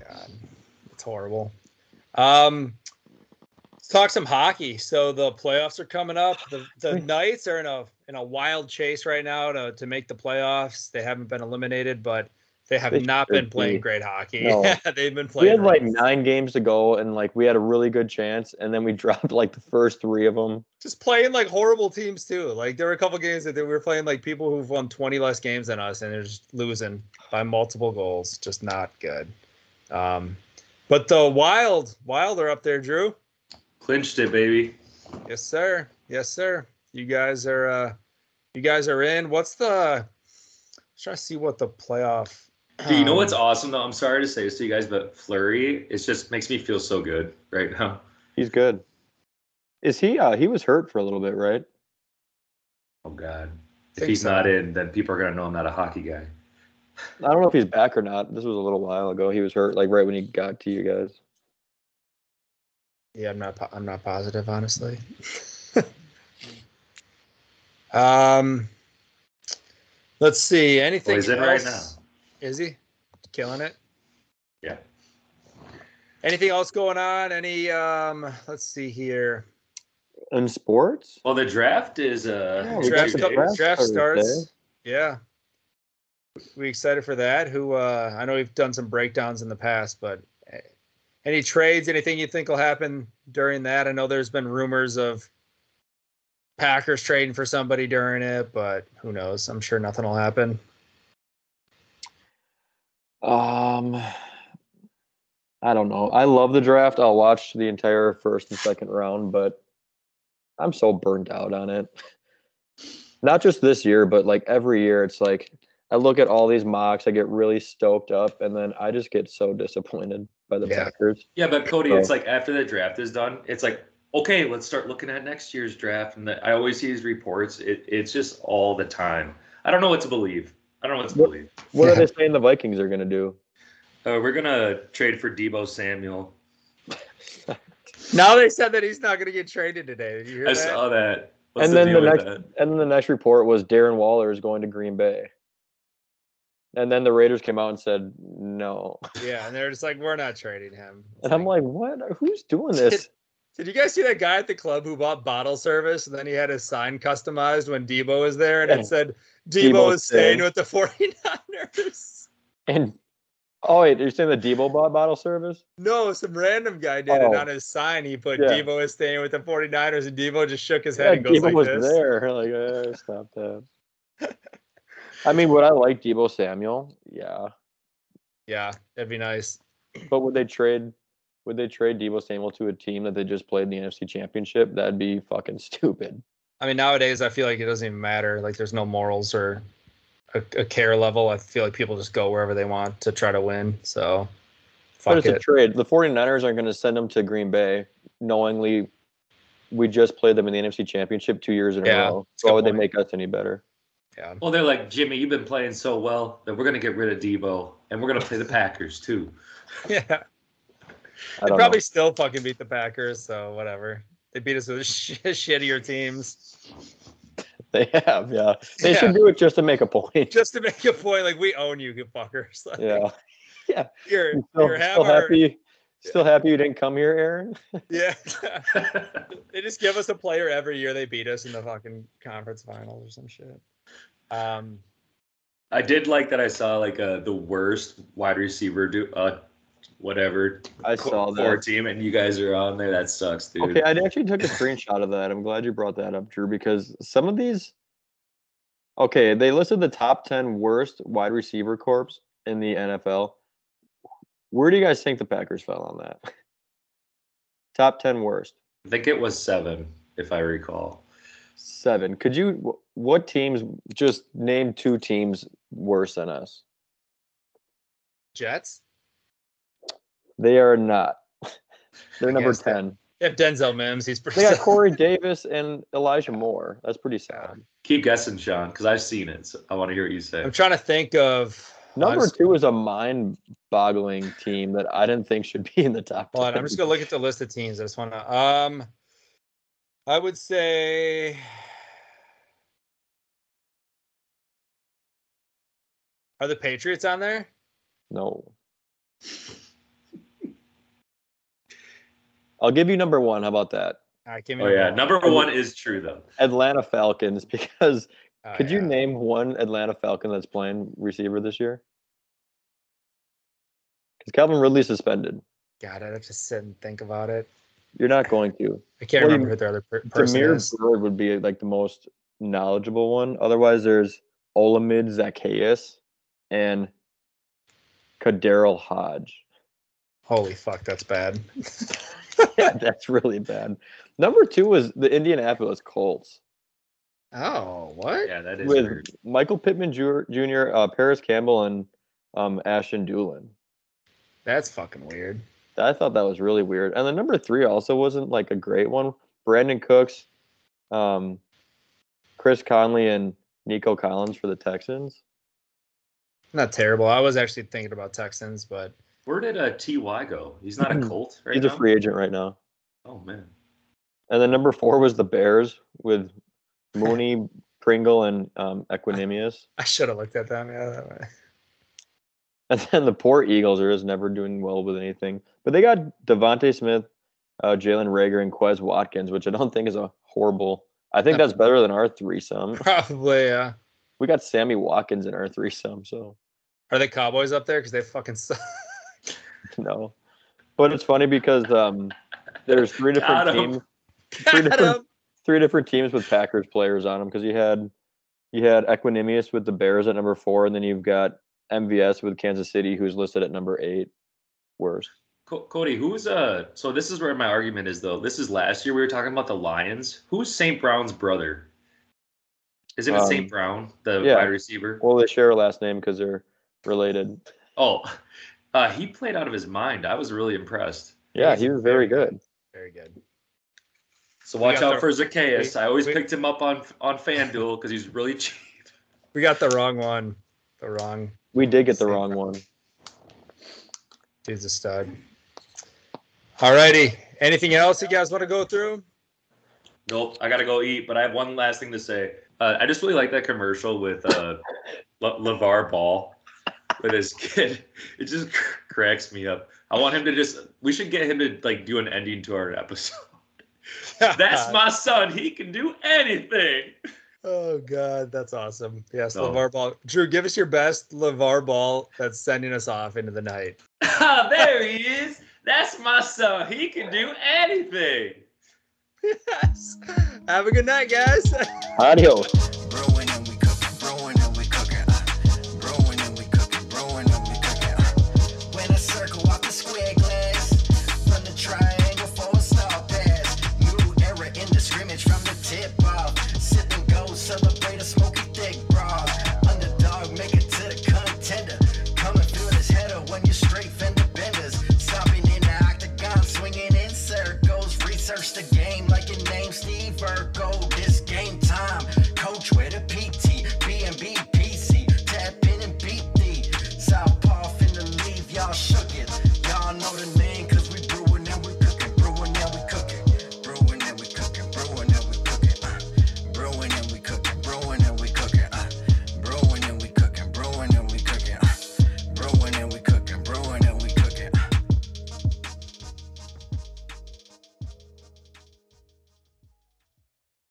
Speaker 3: God, it's horrible. Um, Let's talk some hockey. So the playoffs are coming up. The, the Knights are in a in a wild chase right now to, to make the playoffs. They haven't been eliminated, but they have
Speaker 4: They
Speaker 3: not been
Speaker 4: should
Speaker 3: playing
Speaker 4: be.
Speaker 3: great hockey.
Speaker 4: No.
Speaker 3: [LAUGHS] They've been
Speaker 4: We
Speaker 3: playing.
Speaker 4: had like
Speaker 3: rough.
Speaker 4: nine games to go, and like we had a really good chance, and then we [LAUGHS] dropped like the first three of them.
Speaker 3: just playing like horrible teams too. Like there were a couple games that they were playing like people who've won 20 less games than us and they're just losing by multiple goals. Just not good. Um, but the Wild, Wild are up there, Drew.
Speaker 2: Clinched it, baby.
Speaker 3: Yes, sir. Yes, sir. You guys are uh you guys are in. What's the I'm trying to see what the playoff
Speaker 2: Dude, you know
Speaker 3: um,
Speaker 2: what's awesome though? I'm sorry to say this to you guys, but Flurry, it just makes me feel so good right now. [LAUGHS]
Speaker 4: He's good. Is he? Uh, he was hurt for a little bit, right?
Speaker 2: Oh God. If
Speaker 3: Think
Speaker 2: he's
Speaker 3: so.
Speaker 2: not in, then people are gonna know I'm not a hockey guy.
Speaker 4: I don't know if he's back or not. This was a little while ago. He was hurt, like right when he got to you guys.
Speaker 3: Yeah, I'm not. po- I'm not positive, honestly. [LAUGHS] um, let's see. Anything?
Speaker 2: Well, he's in right now.
Speaker 3: else? Is he killing it?
Speaker 2: Yeah.
Speaker 3: Anything else going on? Any? Um, let's see here.
Speaker 4: In sports,
Speaker 2: Well, the draft is uh
Speaker 4: Yeah,
Speaker 2: in
Speaker 4: we got
Speaker 3: Oh, draft
Speaker 2: two
Speaker 4: the
Speaker 3: stu-
Speaker 2: days.
Speaker 4: draft
Speaker 3: draft
Speaker 4: Thursday.
Speaker 3: starts. Yeah. We excited for that. Who? Uh, I know we've done some breakdowns in the past, but eh, any trades? Anything you think will happen during that? I know there's been rumors of Packers trading for somebody during it, but who knows? I'm sure nothing will happen.
Speaker 4: um, I don't know. I love the draft. I'll watch the entire first and second round, but I'm so burnt out on it. Not just this year, but like every year, it's like I look at all these mocks. I get really stoked up, and then I just get so disappointed by the
Speaker 3: Yeah.
Speaker 4: Packers.
Speaker 2: Yeah, but Cody, it's like after the draft is done, it's like, okay, let's start looking at next year's draft. And the, I always see these reports. It, it's just all the time. I don't know what to believe. I don't know what to
Speaker 4: What-
Speaker 2: believe.
Speaker 4: What
Speaker 3: Yeah.
Speaker 4: are they saying the Vikings are going to do?
Speaker 2: Uh, we're gonna trade for Debo Samuel.
Speaker 3: Now they said that he's not going to get traded today. Did you hear
Speaker 2: I
Speaker 3: that?
Speaker 2: saw that. What's
Speaker 4: And
Speaker 2: the
Speaker 4: then
Speaker 2: deal
Speaker 4: the
Speaker 2: with that?
Speaker 4: And then the next report was Darren Waller is going to Green Bay. And then the Raiders came out and said no. [LAUGHS]
Speaker 3: Yeah, and they're just like, we're not trading him. It's
Speaker 4: And I'm like, what? Who's doing this?
Speaker 3: Did you guys see that guy at the club who bought bottle service and then he had his sign customized when Debo was there and
Speaker 4: Yeah.
Speaker 3: it said Debo,
Speaker 4: Debo
Speaker 3: is staying
Speaker 4: stay.
Speaker 3: with the [LAUGHS] 49ers?
Speaker 4: And oh wait, you're saying the Debo bought bottle service?
Speaker 3: No, some random guy did
Speaker 4: Oh.
Speaker 3: it on his sign. He put
Speaker 4: Yeah.
Speaker 3: Debo is staying with the 49ers and Debo just shook his head
Speaker 4: Yeah,
Speaker 3: and goes
Speaker 4: Debo
Speaker 3: like
Speaker 4: was
Speaker 3: this.
Speaker 4: there. [LAUGHS] Like, eh, stop that. I mean, would I like Debo Samuel? Yeah,
Speaker 3: Yeah, that'd be nice.
Speaker 4: but would they trade? Would they trade Debo Samuel to a team that they just played in the NFC Championship? That'd be fucking stupid.
Speaker 3: I mean, nowadays I feel like it doesn't even matter. Like there's no morals or a, a care level. I feel like people just go wherever they want to try to win. So
Speaker 4: But
Speaker 3: fuck
Speaker 4: it's a
Speaker 3: it. [LAUGHS]
Speaker 4: trade. The 49ers aren't going to send him to Green Bay knowingly. We just played them in the NFC Championship two years in a
Speaker 3: Yeah,
Speaker 4: row.
Speaker 3: it's a
Speaker 4: Why
Speaker 3: good
Speaker 4: would they
Speaker 3: point.
Speaker 4: make us any better?
Speaker 3: yeah.
Speaker 2: Well, they're like Jimmy. You've been playing so well that we're gonna get rid of Debo, and we're gonna play the Packers too. [LAUGHS]
Speaker 3: Yeah.
Speaker 4: I
Speaker 3: They
Speaker 4: don't
Speaker 3: probably
Speaker 4: know. [LAUGHS]
Speaker 3: still fucking beat the Packers, so whatever. They beat us with [LAUGHS] sh- shittier teams
Speaker 4: They have, yeah. They
Speaker 3: Yeah.
Speaker 4: should do it just to make a point.
Speaker 3: just to make a point. Like we own you, you fuckers. [LAUGHS] Like,
Speaker 4: [LAUGHS] yeah.
Speaker 3: you're,
Speaker 4: You [LAUGHS] Still,
Speaker 3: you're
Speaker 4: still
Speaker 3: have our-
Speaker 4: happy. Still happy you didn't come here, Aaron.
Speaker 3: [LAUGHS] yeah. [LAUGHS] they just give us a player every year. They beat us in the fucking conference finals or some shit. Um,
Speaker 2: I did like that. I saw like uh, the worst wide receiver do uh, whatever
Speaker 4: I
Speaker 2: co-
Speaker 4: saw
Speaker 2: core
Speaker 4: that.
Speaker 2: team, and you guys are on there. That sucks, dude.
Speaker 4: Okay, I actually took a screenshot of that. I'm glad you brought that up, Drew, because some of these. Okay, they listed the top 10 worst wide receiver corps in the NFL. Where do you guys think the Packers fell on that? [LAUGHS] top 10 worst.
Speaker 2: I think it was seven, if I recall.
Speaker 4: Seven. Could you, wh- what teams, just name two teams worse than us?
Speaker 3: Jets.
Speaker 4: They are not. [LAUGHS] They're
Speaker 3: I
Speaker 4: number
Speaker 3: guess that-
Speaker 4: 10.
Speaker 3: They have Denzel Mims. He's pretty. [LAUGHS]
Speaker 4: They got Corey Davis and Elijah Moore. That's pretty sad.
Speaker 2: Keep guessing, Sean, because I've seen it. So I want to hear what you say.
Speaker 3: I'm trying to think of
Speaker 4: Number
Speaker 3: I'm-
Speaker 4: two is a mind boggling team that I didn't think should be in the top
Speaker 3: Hold on,
Speaker 4: 10.
Speaker 3: I'm just gonna look at
Speaker 4: [LAUGHS]
Speaker 3: the list of teams. I just want to. Um, I would say. Are the Patriots on there?
Speaker 4: No. I'll give you number one. How about that?
Speaker 3: All right, give me
Speaker 2: Oh yeah, number one is true though.
Speaker 4: Atlanta Falcons, [LAUGHS] because
Speaker 3: Oh,
Speaker 4: could you
Speaker 3: yeah.
Speaker 4: name one Atlanta Falcon that's playing receiver this year? Because Calvin Ridley's suspended.
Speaker 3: God, I'd have to sit and think about it.
Speaker 4: You're not going to.
Speaker 3: I can't
Speaker 4: Well, you-
Speaker 3: remember who their other per- person
Speaker 4: Demir
Speaker 3: is.
Speaker 4: Bird would be like the most knowledgeable one. Otherwise, there's Olamid Zacchaeus and
Speaker 3: [LAUGHS]
Speaker 4: Kaderil Hodge. [LAUGHS]
Speaker 3: Holy fuck, that's bad. [LAUGHS]
Speaker 4: yeah, that's really bad. Number two is the Indianapolis Colts
Speaker 3: oh, what?
Speaker 2: Yeah, that is
Speaker 4: with
Speaker 2: weird.
Speaker 4: Michael Pittman Ju- Jr., uh, Paris Campbell, and um, Ashton Doolin.
Speaker 3: That's fucking weird.
Speaker 4: I thought that was really weird. And the number three also wasn't like a great one. Brandon Cooks, um, Chris Conley, and Nico Collins for the Texans.
Speaker 3: Not terrible. I was actually thinking about Texans, but [LAUGHS]
Speaker 2: Where did uh, Ty go? He's
Speaker 4: [CLEARS THROAT]
Speaker 2: not a Colt right
Speaker 4: He's
Speaker 2: now.
Speaker 4: a free agent right now.
Speaker 2: Oh man,
Speaker 4: And then number four was the Bears with Mooney, Pringle, and um, Equinemius.
Speaker 3: I should have looked at them. Yeah, that way. [LAUGHS]
Speaker 4: And then the poor Eagles are just never doing well with anything. But they got Devonte Smith, uh, Jalen Rager, and Quez Watkins, which I don't think is a horrible. I think that's better than our threesome.
Speaker 3: probably. uh, Yeah.
Speaker 4: We got Sammy Watkins in our threesome, so [LAUGHS]
Speaker 3: Are the Cowboys up there? Because they fucking suck.
Speaker 4: no. But it's funny because um, there's three different
Speaker 2: Got 'em.
Speaker 4: teams,
Speaker 3: Got
Speaker 4: different-
Speaker 3: 'em.
Speaker 4: three different teams with Packers players on them because you had you had Equinemius with the Bears at number four, and then you've got MVS with Kansas City, who's listed at number eight. Worst.
Speaker 2: Co- Cody, who's uh? So this is where my argument is though. This is last year we were talking about the Lions. Who's St. Brown's brother? Isn't it
Speaker 4: Um,
Speaker 2: St. Brown, the
Speaker 4: yeah.
Speaker 2: wide receiver?
Speaker 4: Well, they share a last name because they're related.
Speaker 2: Oh, [LAUGHS] uh, he played out of his mind. I was really impressed.
Speaker 4: Yeah,
Speaker 3: He's
Speaker 4: he was very
Speaker 3: very
Speaker 4: good.
Speaker 3: Very good.
Speaker 2: So watch
Speaker 3: got
Speaker 2: out
Speaker 3: the-
Speaker 2: for Zacchaeus.
Speaker 3: we-
Speaker 2: I always
Speaker 3: we-
Speaker 2: picked him up on on FanDuel because he's really [LAUGHS] cheap.
Speaker 3: We got the wrong one. The wrong
Speaker 4: We did get the
Speaker 3: Same.
Speaker 4: wrong one.
Speaker 3: dude's a stud. All righty. Anything else you guys want to go through? [LAUGHS]
Speaker 2: Nope, I gotta go eat. But I have one last thing to say. Uh, I just really like that commercial with uh, [LAUGHS] Le- Levar Ball with his kid. [LAUGHS] It just cr- cracks me up. I want him to just. We should get him to like do an ending to our episode. [LAUGHS]
Speaker 3: Uh,
Speaker 2: That's my son. He can do anything. [LAUGHS]
Speaker 3: Oh God, that's awesome. Yes,
Speaker 2: No.
Speaker 3: LeVar Ball. Drew, give us your best LeVar Ball that's sending us off into the night.
Speaker 2: Ah, there he is. That's my son. He can do anything.
Speaker 3: [LAUGHS] Yes. Have a good night, guys.
Speaker 4: Adios.
Speaker 5: Brewing and we cooking, brewing and we cooking, uh. brewing and we cooking, brewing and we cooking. Uh. When I circle out the square glass, from the triangle for a star pass. New era in the scrimmage from the tip off. Sip and go, celebrate a smoky thick bra. Underdog, make it to the contender. Come and feel this header when you're straight fender benders. Stopping in the octagon, swinging in circles. Research the game like your name Steve Urkel. This game time, coach with a PT, B&B, PC. Tap in and beat thee. Southpaw finna leave, y'all shook it. Y'all know the name, 'cause uh. uh.